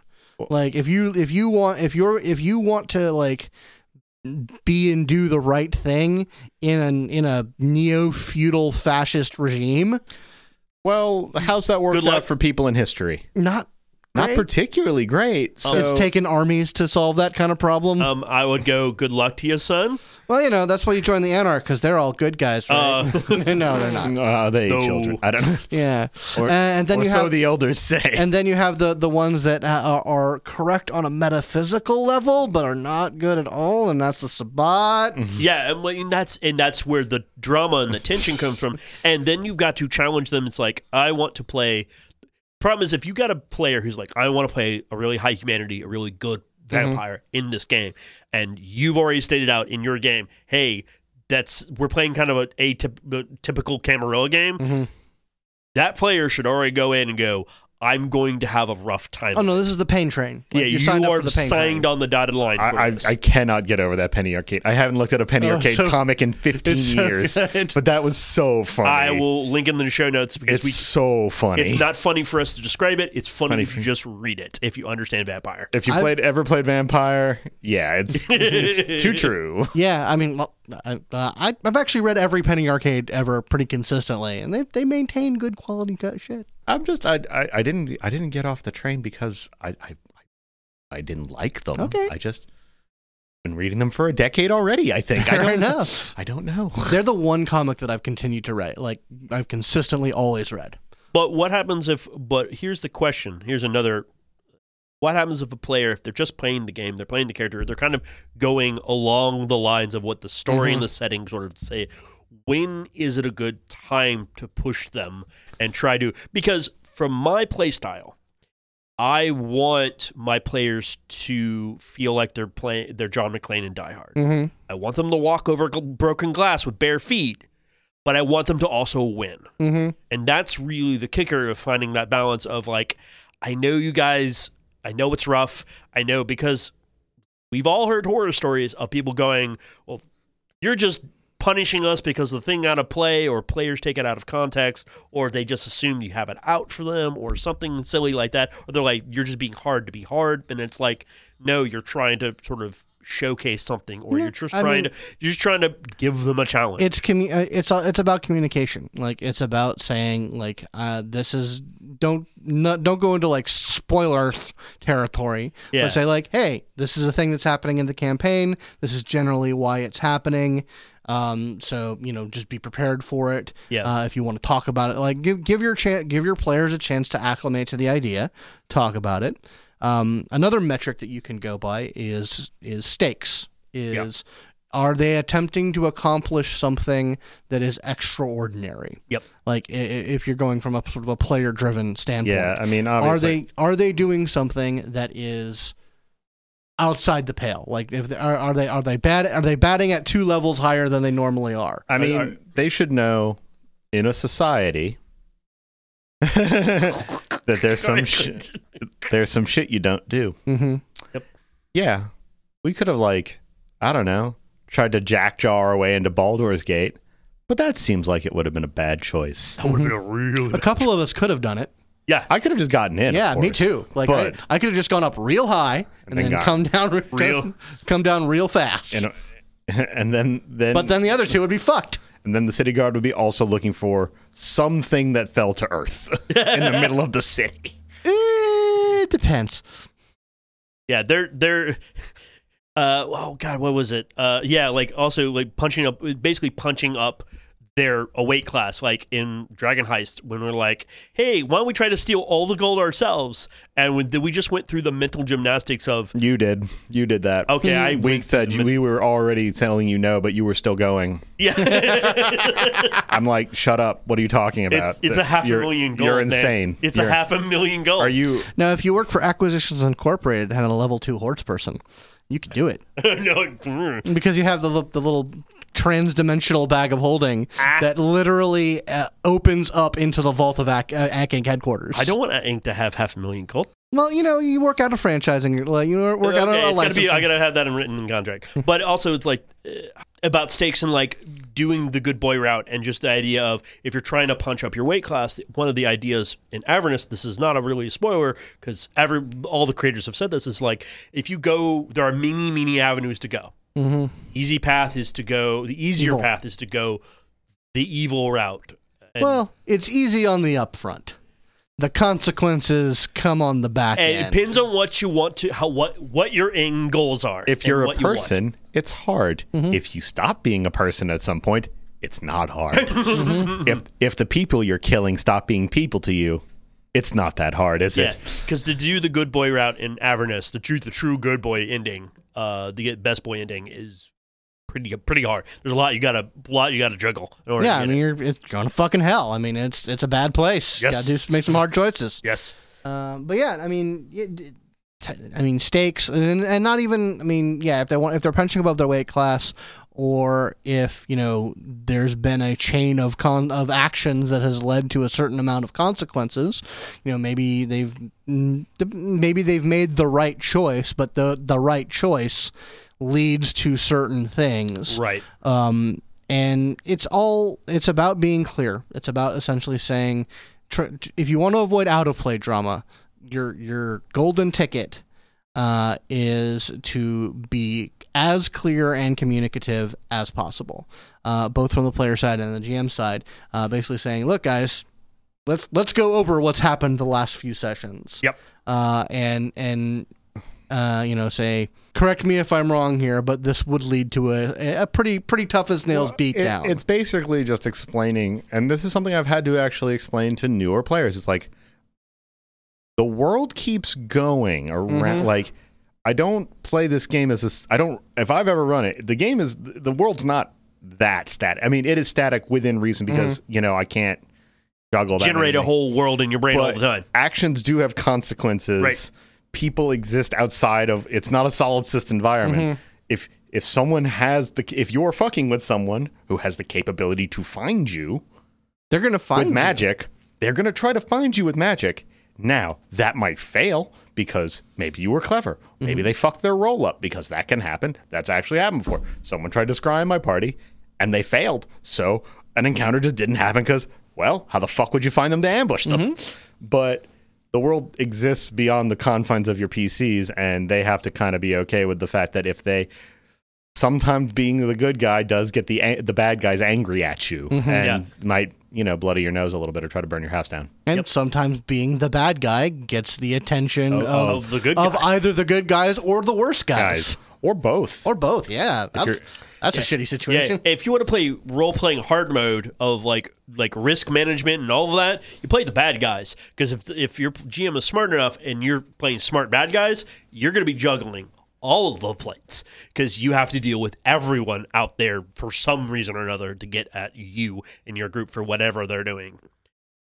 A: Like if you if you want if you're if you want to like be and do the right thing in an in a neo feudal fascist regime,
C: Well, how's that worked
B: Good luck.
C: out for people in history?
A: not
C: Not
A: great. Oh.
C: particularly great. So
A: it's taken armies to solve that kind of problem.
B: Um, I would go, good luck to you, son.
A: well, you know that's why you join the Anarch because they're all good guys, right?
B: Uh,
A: *laughs* no, they're not.
C: uh, they
B: No.
C: eat children. I don't know.
A: Yeah,
C: *laughs* Or,
A: and then
C: or
A: you
C: so
A: have
C: the elders say.
A: and then you have the the ones that uh, are, are correct on a metaphysical level but are not good at all, and that's the Sabbat.
B: Yeah, and, like, and that's and that's where the drama and the tension comes from. And then you've got to challenge them. It's like I want to play. Problem is, if you got a player who's like, I want to play a really high humanity, a really good
A: Mm-hmm.
B: vampire in this game, and you've already stated out in your game, hey, that's we're playing kind of a, a typical Camarilla game.
A: Mm-hmm.
B: That player should already go in and go. I'm going to have a rough time.
A: Oh no, this is the pain train. Like,
B: yeah, you
A: you're signed up
B: are
A: for the pain train.
B: signed on the dotted line. for
C: I, I,
B: this.
C: I cannot get over that Penny Arcade. I haven't looked at a Penny
A: Oh,
C: Arcade
A: so-
C: comic in 15
A: it's so
C: years,
A: good.
C: but that was so funny.
B: I will link in the show notes because
C: It's
B: we
C: so funny.
B: It's not funny for us to describe it. It's funny,
C: Funny
B: if you just read it, if you understand vampire.
C: if you
A: I've-
C: played ever played Vampire, yeah, *laughs* it's, it's too true.
A: Yeah, I mean, well, I, uh, I, I've actually read every Penny Arcade ever pretty consistently, and they they maintain good quality cut shit.
C: I'm just I, I I didn't I didn't get off the train because I I I didn't like them.
A: Okay.
C: I just been reading them for a decade already. I think I *laughs*
A: Fair
C: don't know.
A: enough.
C: I don't know.
A: They're the one comic that I've continued to write. Like I've consistently always read.
B: But what happens if? But here's the question. Here's another. What happens if a player, if they're just playing the game, they're playing the character, they're kind of going along the lines of what the story and the setting sort of say. When is it a good time to push them and try to? Because from my playstyle, I want my players to feel like they're playing, they're John McClane in Die Hard.
A: Mm-hmm.
B: I want them to walk over gl- broken glass with bare feet, but I want them to also win.
A: Mm-hmm.
B: And that's really the kicker of finding that balance of like, I know you guys, I know it's rough. I know because we've all heard horror stories of people going, well, you're just punishing us because the thing out of play or players take it out of context or they just assume you have it out for them or something silly like that or they're like you're just being hard to be hard and it's like no you're trying to sort of showcase something or
A: Yeah,
B: you're just
A: I
B: trying
A: mean-
B: to you're just trying to give them a challenge *laughs*
A: It's commu- uh, it's uh, it's about communication. Like it's about saying like uh, this is don't not, don't go into like spoiler th- territory.
B: Yeah.
A: But say like, hey, this is a thing that's happening in the campaign. This is generally why it's happening. Um, so you know, just be prepared for it.
B: Yeah.
A: Uh, if you want to talk about it, like give give your chan give your players a chance to acclimate to the idea, talk about it. Um, another metric that you can go by is is stakes. Is are they attempting to accomplish something that is extraordinary?
B: Yep.
A: Like i- i- if you're going from a sort of a player driven standpoint,
C: Yeah, I mean,
A: are
C: obviously,
A: they are they doing something that is outside the pale? Like if they, are are they are they bad are they batting at two levels higher than they normally are?
C: I mean,
B: I-
C: they should know in a society *laughs* that there's some shit there's some shit you don't do.
A: Mm-hmm.
C: Yeah, we could have like I don't know tried to jackjaw our way into Baldur's Gate, but that seems like it would have been a bad choice.
B: That would have been a really
A: A couple of us could have done it.
B: yeah.
C: I could have just gotten in. of
A: yeah, me
C: course.
A: too. Like I,
C: But-
A: I could have just gone up real high and,
C: then
A: then,
C: got-
A: come down re-
B: Real-
A: come down real fast.
C: And, *laughs* and then then
A: but then the other two would be fucked.
C: and then the city guard would be also looking for something that fell to earth *laughs* in the middle of the city.
A: It depends.
B: Yeah, they're they're. *laughs* Uh, oh God, what was it? Uh, yeah, like also like punching up, basically punching up their a weight class, like in Dragon Heist, when we're like, "Hey, why don't we try to steal all the gold ourselves?" And when, then we just went through the mental gymnastics of, *laughs*
C: You did. You did that.
B: "Okay, I
C: We
B: went
C: said you, we were already telling you no, but you were still going.
B: yeah."
C: I'm like, shut up. What are you talking about?
B: it's it's
C: That-
B: a half a
C: you're-
B: million gold.
C: You're
B: man.
C: insane.
B: It's
C: You're-
B: a half a million gold.
C: Are you?
A: Now, if you work for Acquisitions Incorporated and a level two hordes person, you could
B: *laughs*
A: do it
B: *laughs* no, mm.
A: because you have the li- the little trans-dimensional bag of holding
B: Ah.
A: that literally uh, opens up into the vault of Ak- uh, Ankink headquarters.
B: I don't want Ink to have half a million gold.
A: Well, you know, you work out a franchising. like, You work out a, a
B: Okay, it's gotta
A: licensing.
B: Be, I gotta have that in written in contract. But also, it's like uh, about stakes and like doing the good boy route, and just the idea of if you're trying to punch up your weight class. One of the ideas in Avernus, this is not a really a spoiler because every all the creators have said this is like if you go, there are many many avenues to go. Easy path is to go. The easier
A: Mm-hmm. Evil.
B: path is to go the evil route. And-
A: well, it's easy on the upfront. The consequences come on the back
B: and it
A: end.
B: depends on what you want to how what what your end goals are.
C: If
B: and
C: you're a
B: what you want.
C: person, it's hard. If you stop being a person at some point, it's
B: *laughs*
C: not hard.
B: Mm-hmm.
C: if if the people you're killing stop being people to you, it's not that hard, is
B: Yeah,
C: it?
B: because to do the good boy route in Avernus, the true the true good boy ending, uh, the best boy ending is pretty pretty hard. There's a lot you gotta lot you gotta juggle. In order
A: yeah,
B: to
A: I
B: get
A: mean,
B: it.
A: you're it's going to fucking hell. I mean, it's it's a bad place.
B: Yes.
A: Gotta do, s- make some hard choices.
B: yes,
A: Um, but yeah, I mean, it, it- t- I mean stakes, and, and not even. I mean, yeah, if they want, if they're punching above their weight class, or if you know, there's been a chain of con of actions that has led to a certain amount of consequences. You know, maybe they've mm, th- maybe they've made the right choice, but the the right choice leads to certain things
B: right.
A: um, and it's all it's about being clear it's about essentially saying tr- if you want to avoid out of play drama your your golden ticket uh, is to be as clear and communicative as possible uh, both from the player side and the gm side uh, basically saying look guys let's let's go over what's happened the last few sessions
B: Yep.
A: uh, and and uh, you know say correct me if I'm wrong here, but this would lead to a a pretty pretty tough as nails beat
C: It-
A: down.
C: it's basically just explaining, and this is something I've had to actually explain to newer players. It's like the world keeps going around.
A: Mm-hmm.
C: Like I don't play this game as a. s- I don't. If I've ever run it, the game is the world's not that static. I mean, it is static within reason because
A: Mm-hmm.
C: you know I can't juggle that
B: Generate a
C: many
B: whole world in your brain all
C: but
B: the time.
C: Actions do have consequences.
B: Right.
C: People exist outside of it's not a solipsist environment. If if someone has the if you're fucking with someone who has the capability to find you
A: They're gonna find
C: with
A: you.
C: magic, they're going to try to find you with magic. Now, that might fail because maybe you were clever. Maybe
A: Mm-hmm.
C: they fucked their roll up because that can happen. That's actually happened before. Someone tried to scry in my party and they failed. So an encounter just didn't happen because, well, how the fuck would you find them to ambush them?
A: Mm-hmm.
C: But the world exists beyond the confines of your PCs and they have to kind of be okay with the fact that if they sometimes being the good guy does get the an- the bad guys angry at you
A: Mm-hmm.
C: and
B: Yeah.
C: might you know bloody your nose a little bit or try to burn your house down.
A: and sometimes being the bad guy gets the attention of,
B: of the good
A: of
B: guys.
A: either the good guys or the worst guys,
C: Guys or both.
A: or both. Yeah, that's,
C: you're-
A: that's a shitty
B: Yeah,
A: situation.
B: if you want to play role playing hard mode of like like risk management and all of that, you play the bad guys because if if your GM is smart enough and you're playing smart bad guys, you're going to be juggling all of the plates because you have to deal with everyone out there for some reason or another to get at you and your group for whatever they're doing.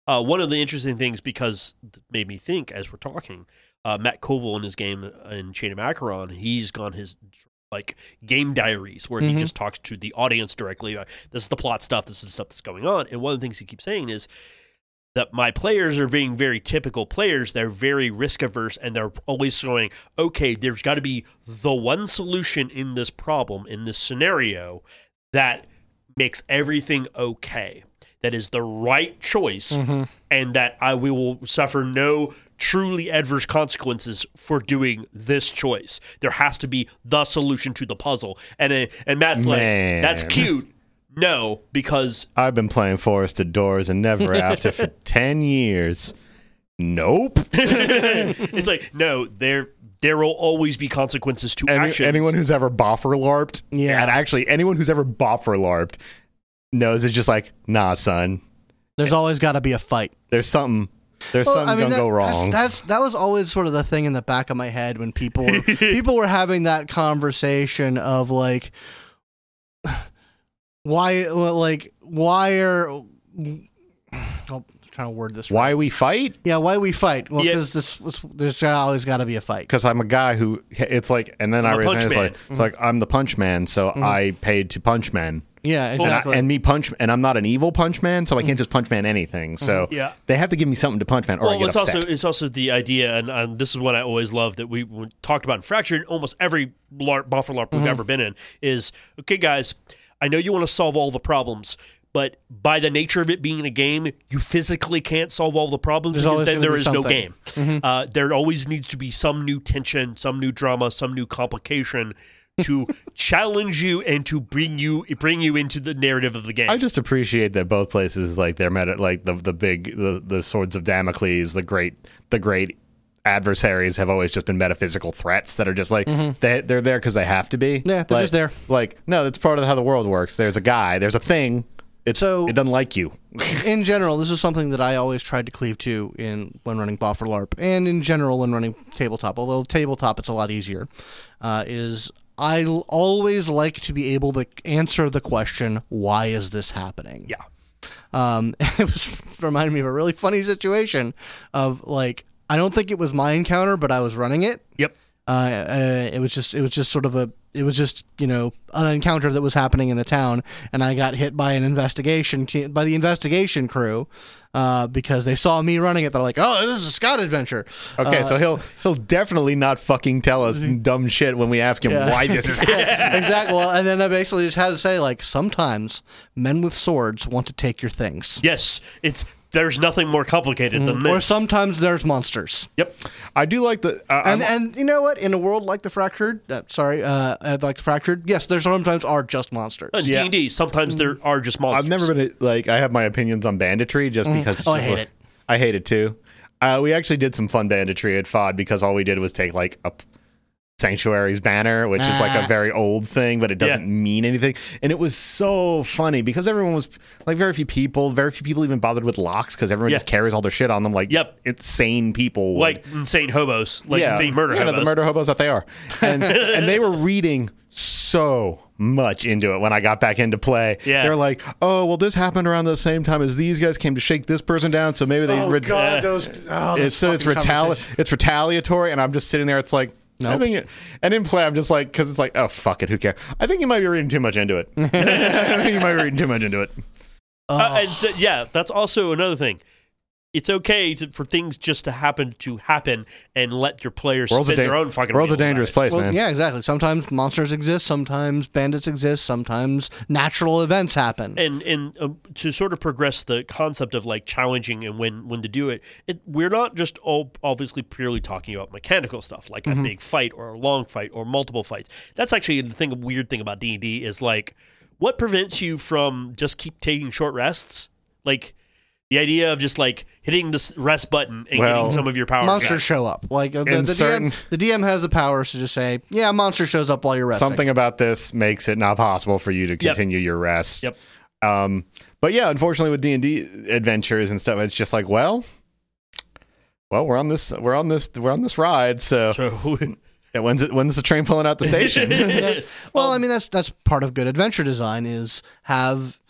B: Uh, one of the interesting things, because it made me think as we're talking, uh, Matt Koval in his game uh, in Chain of Acheron, he's gone his like game diaries where he just talks to the audience directly. Like, this is the plot stuff. This is the stuff that's going on. And one of the things he keeps saying is that my players are being very typical players. They're very risk averse and they're always going, okay, there's got to be the one solution in this problem, in this scenario, that makes everything okay. That is the right choice, and that I we will suffer no truly adverse consequences for doing this choice. There has to be the solution to the puzzle, and uh, and Matt's like,
C: Man.
B: that's cute. No, because
C: I've been playing Forested Doors
A: *laughs*
C: and Never After for ten years. Nope.
A: *laughs*
B: it's like no, there there will always be consequences to
C: Any,
B: actions.
C: anyone who's ever boffer larped,
A: Yeah.
C: and actually anyone who's ever boffer larped knows it's just like, nah, son.
A: There's always got to be a fight.
C: There's something. There's
A: Well,
C: something gonna
A: that-
C: go wrong.
A: That's, that's that was always sort of the thing in the back of my head when people
C: *laughs*
A: were, people were having that conversation of like, *sighs* why well, like why are oh, trying to word this right.
C: Why we fight?
A: yeah why we fight well
B: Yeah.
A: because this was- there's always got to be a fight
C: Because I'm a guy who it's like, and then
B: I'm
C: I
B: a punch
C: realized it's
B: man. Mm-hmm.
C: like, it's like I'm the punch man, so I paid to punch man.
A: yeah
C: And, I-
A: exactly
C: and me punch, and I'm not an evil punch man, so I can't just punch man anything. So
B: Mm-hmm. Yeah.
C: they have to give me something to punch man, or I
B: Well,
C: get
B: it's
C: upset.
B: also it's also the idea, and, um this is what I always love that we, we talked about in Fracture in almost every LARP, buffer LARP
A: Mm-hmm.
B: we've ever been in is okay, guys. I know you want to solve all the problems, but by the nature of it being a game, you physically can't solve all the problems
A: There's
B: because
A: always
B: then
A: gonna
B: there
A: be
B: is no
A: something. Mm-hmm.
B: game. Uh, there always needs to be some new tension, some new drama, some new complication
A: *laughs*
B: to challenge you and to bring you bring you into the narrative of the game.
C: I just appreciate that both places like they're met at like the the big the, the swords of Damocles, the great the great adversaries have always just been metaphysical threats that are just like
B: Mm-hmm.
C: they they're there because they have to be.
A: Yeah, they're
C: like,
A: just there.
C: Like no, that's part of how the world works. There's a guy, there's a thing. It's
A: So-
C: it doesn't like you.
A: in general, this is something that I always tried to cleave to in when running Boffer LARP, and in general when running tabletop. Although tabletop, it's a lot easier. Uh, is I l- always like to be able to answer the question, "Why is this happening?"
B: yeah.
A: Um, *laughs* it was reminded me of a really funny situation of like I don't think it was my encounter, but I was running it.
B: Yep.
A: Uh, uh, it was just it was just sort of a it was just you know an encounter that was happening in the town, and I got hit by an investigation te- by the investigation crew uh, because they saw me running it. They're like, "Oh, this is a Scott adventure."
C: Okay,
A: Uh,
C: so he'll he'll definitely not fucking tell us dumb shit when we ask him why this is happening.
A: Mm-hmm. *laughs* Yeah, Uh, exactly. Well, and then I basically just had to say like, sometimes men with swords want to take your things,
B: Yes, it's there's nothing more complicated
C: Mm.
B: than this.
A: or sometimes there's monsters.
B: Yep.
C: I do like the uh,
A: And, and you know what? In a world like the fractured, uh, sorry, uh, uh, like the fractured, yes, there sometimes are just monsters.
B: In
C: Yeah.
B: D&D, sometimes there are just monsters.
C: Mm. I've never been a, like I have my opinions on banditry just because it's
A: Oh, I
C: just
A: hate
C: like-
A: it.
C: I hate it too. Uh, we actually did some fun banditry at FOD because all we did was take like a p- sanctuary's banner, which is like
A: Ah.
C: a very old thing, but it doesn't
B: Yeah.
C: mean anything. And it was so funny because everyone was like very few people, very few people even bothered with locks because everyone
B: Yeah.
C: just carries all their shit on them. Like
B: Yep.
C: insane people, would
B: like insane hobos, like insane murder
C: yeah, no,
B: hobos.
C: the murder hobos that they are.
B: *laughs*
C: And, and they were reading so much into it when I got back into play.
B: Yeah.
C: They're like, oh, well, this happened around the same time as these guys came to shake this person down, so maybe they. re-
A: those. Oh,
C: It's, so it's, retali- it's retaliatory, and I'm just sitting there. It's like, I think it, and in play, I'm just like, because it's like, oh, fuck it, who cares? I think you might be reading too much into it. *laughs* I think you might be reading too much into it. Oh.
B: Uh, and so, yeah, that's also another thing. It's okay to, for things just to happen to happen and let your players
C: World's, a,
B: spin
C: dan-
B: their own fucking
C: world's a
B: wheel about
C: dangerous
B: it.
C: place,
A: Well,
C: man.
A: yeah, exactly. Sometimes monsters exist. Sometimes bandits exist. Sometimes natural events happen.
B: and and um, to sort of progress the concept of like challenging and when when to do it, it we're not just all obviously purely talking about mechanical stuff like a big fight or a long fight or multiple fights. That's actually the thing weird thing about D and D is like what prevents you from just keep taking short rests, like. The idea of just like hitting this rest button and
C: Well,
B: getting some of your power.
A: monsters
B: back.
A: show up. Like uh, the,
C: In
A: the
C: certain-
A: DM, the DM has the powers to just say, "Yeah, a monster shows up while you're resting."
C: something about this makes it not possible for you to continue your rest.
B: Yep.
C: Um, but yeah, unfortunately, with D and D adventures and stuff, it's just like, well, well, we're on this, we're on this, we're on this ride. So
B: So *laughs*
C: yeah, when's it, when's the train pulling out the station?
A: Yeah. Well, I mean that's that's part of good adventure design is have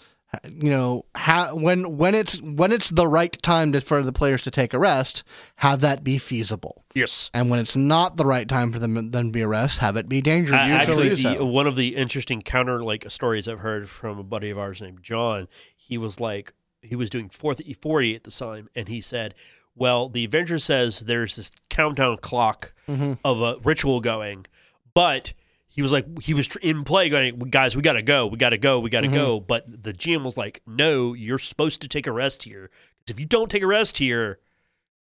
A: you know ha- when when it's when it's the right time to, for the players to take a rest, have that be feasible,
B: yes.
A: and when it's not the right time for them then to be a rest, have it be dangerous.
B: Uh,
A: Usually,
B: actually,
A: do
B: the,
A: so.
B: one of the interesting counter like stories I've heard from a buddy of ours named John, he was like he was doing fourth E forty at the time, and he said, "Well, the adventure says there's this countdown clock of a ritual going, but." He was like, he was tr- in play going, guys, we got to go. We got to go. We got to go. But the GM was like, no, you're supposed to take a rest here. 'Cause if you don't take a rest here,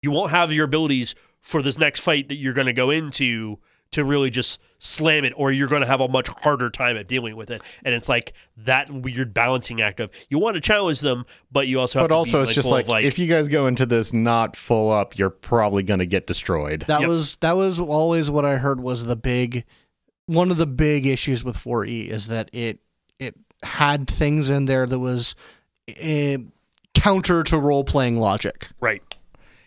B: you won't have your abilities for this next fight that you're going to go into to really just slam it or you're going to have a much harder time at dealing with it and it's like that weird balancing act of you want to challenge them but you also have
C: but
B: to
C: also,
B: be
C: it's just
B: mindful
C: like,
B: of, like
C: if you guys go into this not full up, you're probably going to get destroyed.
A: that
B: Yep.
A: was that was always what I heard was the big one of the big issues with 4E is that E it it had things in there that was uh, counter to role playing logic.
B: Right.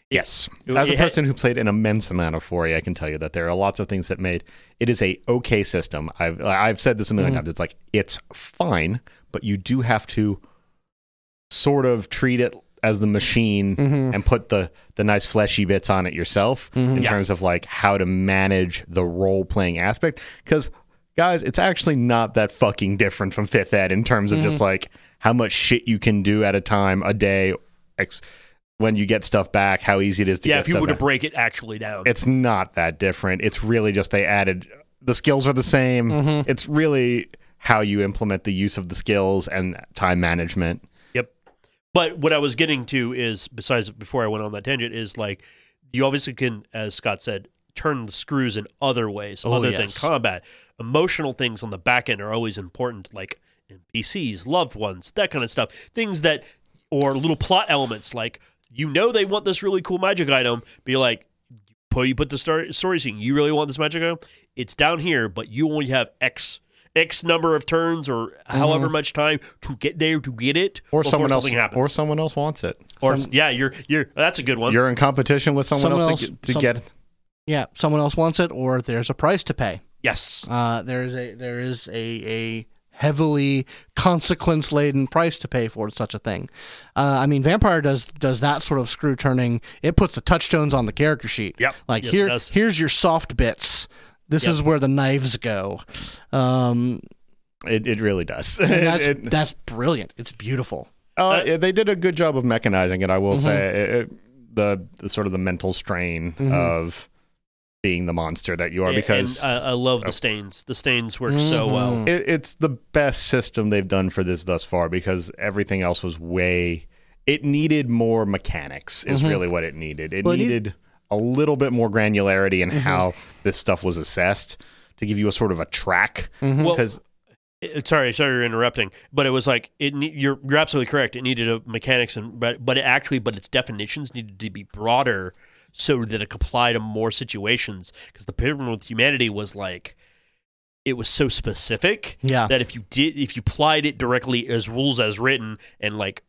C: Yes.
B: It-
C: As a
B: it had-
C: person who played an immense amount of 4 I can tell you that there are lots of things that made it is a okay system. I've I've said this a 1000000
B: Mm-hmm.
C: times. It's like it's fine, but you do have to sort of treat it as the machine
B: Mm-hmm.
C: and put the the nice fleshy bits on it yourself in
B: Yeah.
C: terms of like how to manage the role playing aspect cuz guys, it's actually not that fucking different from 5th ed in terms of
B: Mm-hmm.
C: just like how much shit you can do at a time a day ex- when you get stuff back, how easy it is to
B: Yeah,
C: get
B: if you
C: stuff
B: were to
C: back.
B: break it actually down.
C: It's not that different. It's really just they added the skills are the same.
B: Mm-hmm.
C: It's really how you implement the use of the skills and time management.
B: Yep. But what I was getting to is, besides before I went on that tangent, is like you obviously can, as Scott said, turn the screws in other ways
A: Oh,
B: other
A: yes.
B: than combat. Emotional things on the back end are always important, like NPCs, loved ones, that kind of stuff. Things that, or little plot elements, like you know they want this really cool magic item, but you're like, put you put the story, story scene. You really want this magic item? It's down here, but you only have X. X number of turns, or however much time to get there to get it,
C: Mm-hmm. Or
B: before
C: someone else
B: something happens.
C: or someone else wants it.
B: Or yeah, you're you're that's a good one.
C: You're in competition with someone,
A: Someone
C: else, to,
A: else-
C: get, to
A: some-
C: get it.
A: Yeah, someone else wants it, or there's a price to pay.
B: yes.
A: Uh, there is a there is a, a heavily consequence laden price to pay for such a thing. Uh, I mean, Vampire does does that sort of screw turning. It puts the touchstones on the character sheet.
B: Yep.
A: Like
B: Yes, it
A: here
B: does.
A: here's your soft bits. This
B: Yep.
A: is where the knives go. Um,
C: It, it really does.
A: and
B: *laughs*
A: that's
C: *laughs* It- it-
A: that's brilliant. It's beautiful.
C: uh, it- they did a good job of mechanizing it. I
A: Mm-hmm.
C: will say It- it- the, the sort of the mental strain
A: Mm-hmm.
C: of being the monster that you are because Mm-hmm.
B: and uh, I, I love the stains. The stains work so well.
C: it, it's the best system they've done for this thus far because everything else was way it needed more mechanics is really what it needed it
A: Mm-hmm. Well, it need- Mm-hmm.
C: needed a little bit more granularity in how this stuff was assessed to give you a sort of a track
A: *laughs*
B: Well,
C: because
B: it- sorry, sorry, you're interrupting, but it was like it. Ne- you're you're absolutely correct. It needed a mechanics and but but it actually but its definitions needed to be broader so that it could apply to more situations. Because the problem with humanity was like it was so specific
A: Yeah.
B: that if you did if you applied it directly as rules as written and like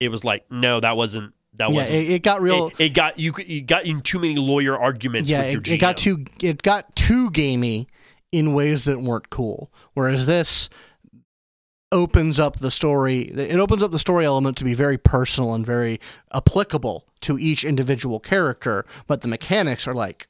B: it was like no that wasn't that
A: yeah,
B: wasn't
A: it, it got real.
B: it, it got you. You got in too many lawyer arguments.
A: yeah,
B: with your
A: it, it got
B: GM.
A: too it got too gamey in ways that weren't cool. Whereas this opens up the story. It opens up the story element to be very personal and very applicable to each individual character. But the mechanics are like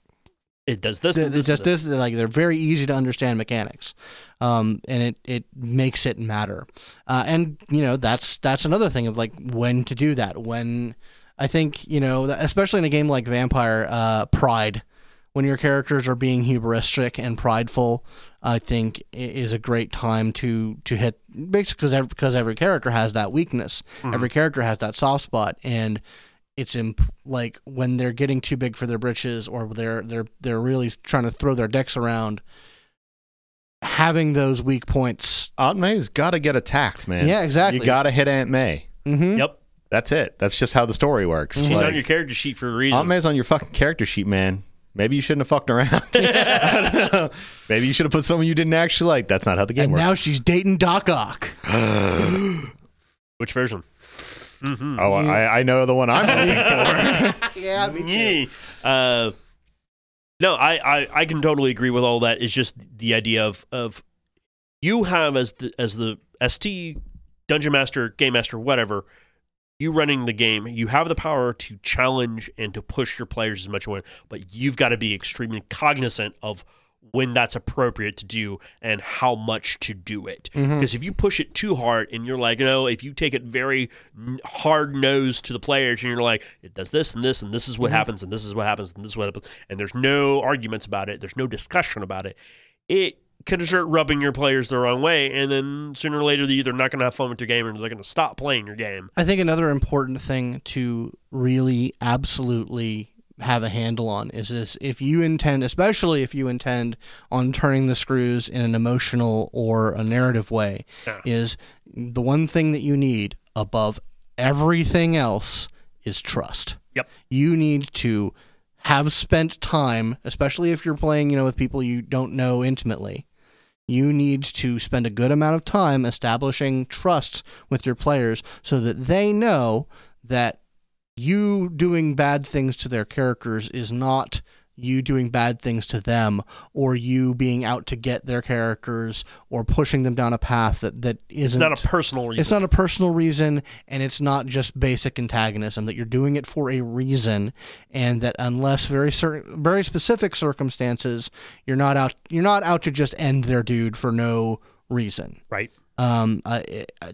B: It does this.
A: they're,
B: and this,
A: just
B: and this.
A: this they're like they're very easy to understand mechanics, um, and it it makes it matter. Uh, and you know that's that's another thing of like when to do that. When I think you know, that- especially in a game like Vampire, uh, pride. When your characters are being hubristic and prideful, I think i- is a great time to to hit basically because every, because every character has that weakness,
B: Mm-hmm.
A: every character has that soft spot, and it's imp- like when they're getting too big for their britches or they're they're they're really trying to throw their decks around having those weak points
C: aunt may's got to get attacked man
A: Yeah, exactly.
C: you got to hit aunt may
A: mm-hmm.
B: Yep,
C: that's it that's just how the story works
B: she's
C: Like,
B: on your character sheet for a reason.
C: aunt may's on your fucking character sheet man maybe you shouldn't have
B: *laughs*
C: fucked around *laughs* I don't know. maybe you should have put someone you didn't actually like that's not how the game
A: and
C: works
A: now she's dating doc ock
B: Which version?
C: Oh, I, I know the one I'm hoping
A: *laughs*
C: for. *laughs*
A: yeah me
B: Yeah. Uh, no, I, I I can totally agree with all that. It's just the idea of of you have as the as the ST dungeon master, game master, whatever. You running the game, you have the power to challenge and to push your players as much as you want, but you've got to be extremely cognizant of when that's appropriate to do and how much to do it.
A: Hmm. Mm-hmm.
B: Because if you push it too hard and you're like, no, if you take it very hard nosed to the players and you're like, it does this and this and this
A: Mm-hmm.
B: is what happens and this is what happens and this is what happens, and there's no arguments about it, there's no discussion about it, it could start rubbing your players the wrong way. And then sooner or later, they're either not going to have fun with your game or they're going to stop playing your game.
A: I think another important thing to really absolutely have a handle on is this if you intend especially if you intend on turning the screws in an emotional or a narrative way
B: Yeah.
A: is the one thing that you need above everything else is trust
B: Yep.
A: you need to have spent time, especially if you're playing, you know, with people you don't know intimately. you need to spend a good amount of time establishing trust with your players so that they know that you doing bad things to their characters is not you doing bad things to them or you being out to get their characters or pushing them down a path that, that isn't
B: It's not a personal reason.
A: it's not a personal reason, and it's not just basic antagonism. That you're doing it for a reason, and that unless very certain, very specific circumstances, you're not out. You're not out to just end their dude for no reason.
B: right.
A: Um, I, I,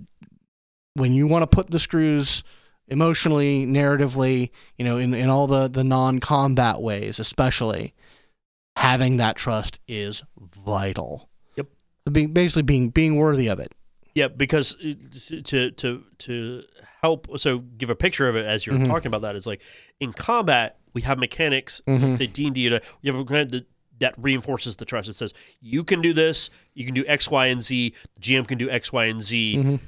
A: when you want to put the screws emotionally, narratively, you know, in in all the the non combat ways, especially, having that trust is vital.
B: Yep.
A: Being, basically being being worthy of it.
B: Yeah, because it- to to to help, so give a picture of it as you're
A: Mhm.
B: talking about that. It's like in combat, we have mechanics.
A: Mhm.
B: Say D and D, we have a mechanic that that reinforces the trust. It says you can do this, you can do X, Y, and Z. The GM can do X, Y, and Z.
A: Mhm.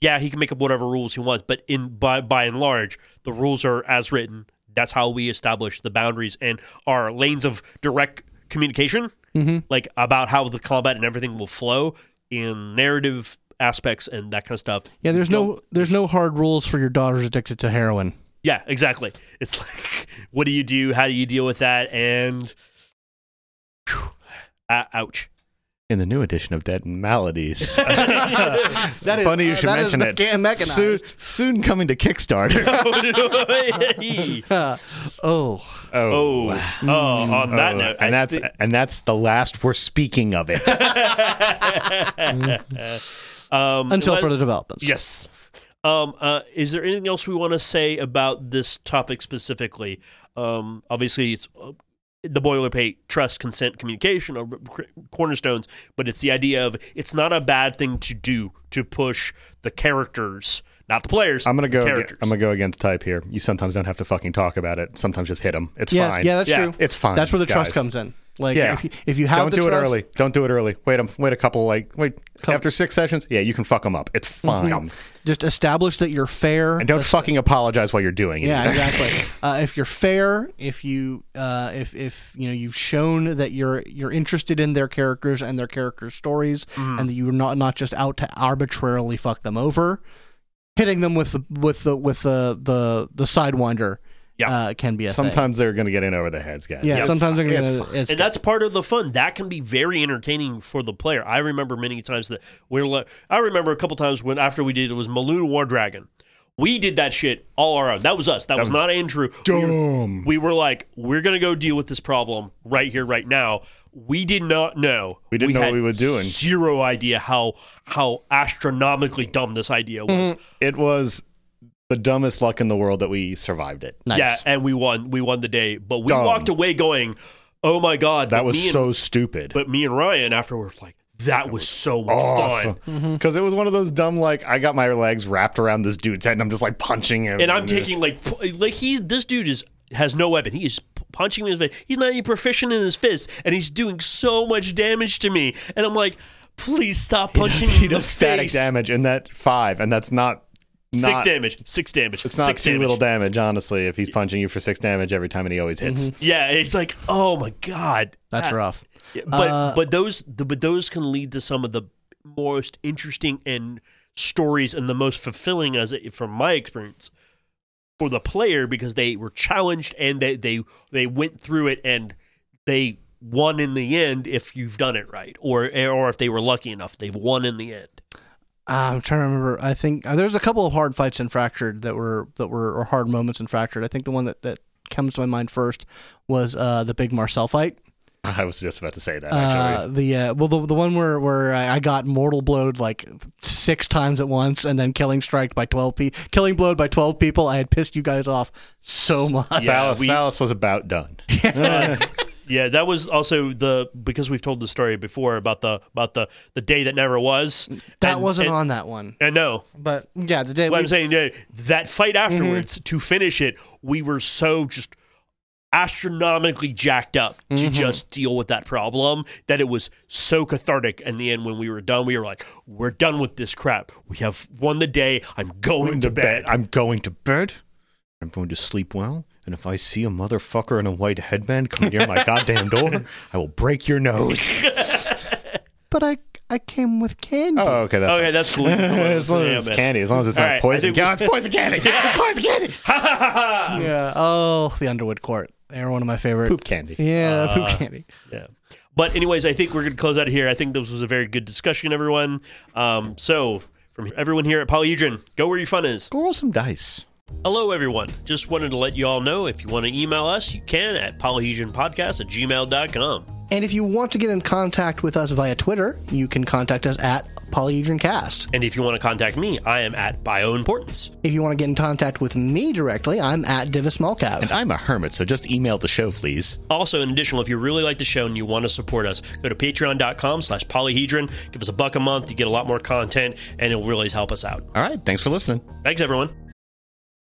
B: Yeah, he can make up whatever rules he wants, but in by by and large, the rules are as written. That's how we establish the boundaries and our lanes of direct communication
A: Mm-hmm.
B: like about how the combat and everything will flow in narrative aspects and that kind of stuff.
A: Yeah, there's
B: Don't-
A: no there's no hard rules for your daughter's addicted to heroin.
B: Yeah, exactly. It's *laughs* like, what do you do? How do you deal with that? And, Phew. Ah, ouch. *laughs*
C: In the new edition of Dead and
A: *laughs*
C: Maladies.
A: *laughs* That is
C: Funny you should mention it. Soon, soon coming to Kickstarter.
B: oh,
A: oh,
B: *laughs* oh, on that
C: Oh,
B: note,
C: and
B: I
C: that's and that's the last we're speaking of it.
B: thi- um,
A: until
B: let-
A: further developments.
B: Yes. Um, uh, is there anything else we want to say about this topic specifically? Um, obviously, it's uh, the boilerplate trust, consent, communication are cr- cornerstones, but it's the idea of it's not a bad thing to do to push the characters, not the players.
C: I'm gonna
B: the
C: go. aga-
B: Characters.
C: I'm gonna go against type here. You sometimes don't have to fucking talk about it. Sometimes just hit them. It's
A: yeah,
C: fine.
A: yeah, that's
B: Yeah.
A: true.
C: it's fine.
A: That's where the trust
C: guys.
A: comes in. Like,
C: Yeah.
A: if, you, if you have
C: Don't
A: the
C: do it
A: trust-
C: early. Don't do it early. Wait a wait a couple like wait after six sessions. Yeah, you can fuck them up. It's
A: Mm-hmm.
C: fine.
A: just establish that you're fair.
C: And don't fucking apologize while you're doing it. *laughs*
A: yeah, exactly. uh, if you're fair, if you uh, if if you know you've shown that you're you're interested in their characters and their characters' stories,
C: Mm-hmm.
A: and that you're not not just out to arbitrarily fuck them over, hitting them with the with the with the the the sidewinder
B: Yeah.
A: uh, can be a thing.
C: Sometimes they're gonna get in over their heads, guys.
A: Yeah,
B: Yeah, it's
A: sometimes
C: fine.
A: they're gonna.
C: It's
A: It's,
C: fine.
B: and that's part of the fun. That can be very entertaining for the player. I remember many times that we're. Like, I remember a couple times when after we did it was Maloon War Dragon. We did that shit all our own. That was us. That was not Andrew. We were-
C: Dumb.
B: We were like, we're gonna go deal with this problem right here, right now. We did not know.
C: We didn't know what
B: had
C: we were doing.
B: Zero idea how how astronomically dumb this idea was.
C: It was the dumbest luck in the world that we survived it.
A: nice.
B: Yeah, and we won. We won the day, but we
C: Dumb.
B: walked away going, "Oh my god!"
C: That
B: but me
C: was
B: and-
C: so stupid.
B: But me and Ryan afterwards, like, that was so much
C: awesome
B: fun.
A: Mm-hmm.
C: because it was one of those dumb like I got my legs wrapped around this dude's head and I'm just like punching him
B: And I'm taking like, p- like he, this dude is has no weapon. He is p- punching me in his face. He's not even proficient in his fist, and he's doing so much damage to me. And I'm like, please stop punching me
C: he
B: in the
C: does static
B: face.
C: damage and that five and that's not not
B: six damage. Six damage.
C: it's not
B: six
C: too
B: damage.
C: little damage honestly if he's punching you for six damage every time and he always hits
B: Yeah, it's like, oh my god,
A: that's
B: That-
A: rough.
B: Yeah, But
A: Uh,
B: but those the, but those can lead to some of the most interesting and stories and the most fulfilling as it, from my experience for the player because they were challenged and they they they went through it and they won in the end if you've done it right or or if they were lucky enough they've won in
A: *laughs*
B: the end.
A: Uh, I'm trying to remember. I think uh, there's a couple of hard fights in Fractured that were that were or hard moments in Fractured. I think the one that that comes to my mind first was uh, the big Marcel fight.
B: Mm-hmm.
C: I was just about to say that actually
A: Uh, the uh, well, the, the one where where I I got mortal blowed like six times at once, and then killing strike by twelve people, killing blowed by twelve people. I had pissed you guys off so much.
C: Salas,
B: we-
C: Salas was about done
B: Yeah, that was also the because we've told the story before about the about the the day that never was.
A: That
B: And-
A: wasn't
B: and-
A: on that one,
B: I know.
A: but yeah, the day
B: What
A: we,
B: I'm saying, yeah, that fight
C: Mm-hmm.
B: afterwards to finish it, we were so just astronomically jacked up to
C: Mm-hmm.
B: just deal with that problem that it was so cathartic in the end when we were done we were like we're done with this crap we have won the day i'm going to bed
C: I'm going to bed I'm going to sleep well and if I see a motherfucker in a
B: *laughs*
C: white headband come near my goddamn door I will break your nose
A: but I I came with candy.
C: Oh, okay, that's
B: Okay,
C: fine.
B: that's cool. You can call it
C: as long
B: a
C: as *laughs* it's
B: miss.
C: candy, as long as it's
B: All
C: not
B: right, I
C: poison.
B: think we-
C: Yeah, it's *laughs*
B: *laughs*
C: poison candy. It's poison candy.
A: Yeah. Oh, the Underwood Court. They're one of my favorite.
C: Poop candy.
A: Yeah, poop candy.
B: Yeah. But anyways, I think we're going to close out here. I think this was a very good discussion, everyone. Um, so from everyone here at Polyhedron, go where your fun is.
C: Go roll some dice.
B: Hello, everyone. Just wanted to let you all know if you want to email us, you can at polyhedronpodcast at gmail.com.
A: And if you want to get in contact with us via Twitter, you can contact us at PolyhedronCast.
B: And if you want to contact me, I am at bioimportance.
A: If you want to get in contact with me directly, I'm at Divis Malkav.
C: I'm a hermit, so just email the show, please.
B: Also, in addition, if you really like the show and you want to support us, go to patreon.com slash polyhedron. Give us a buck a month. You get a lot more content, and it'll really help us out.
C: All right, thanks for listening.
B: Thanks, everyone.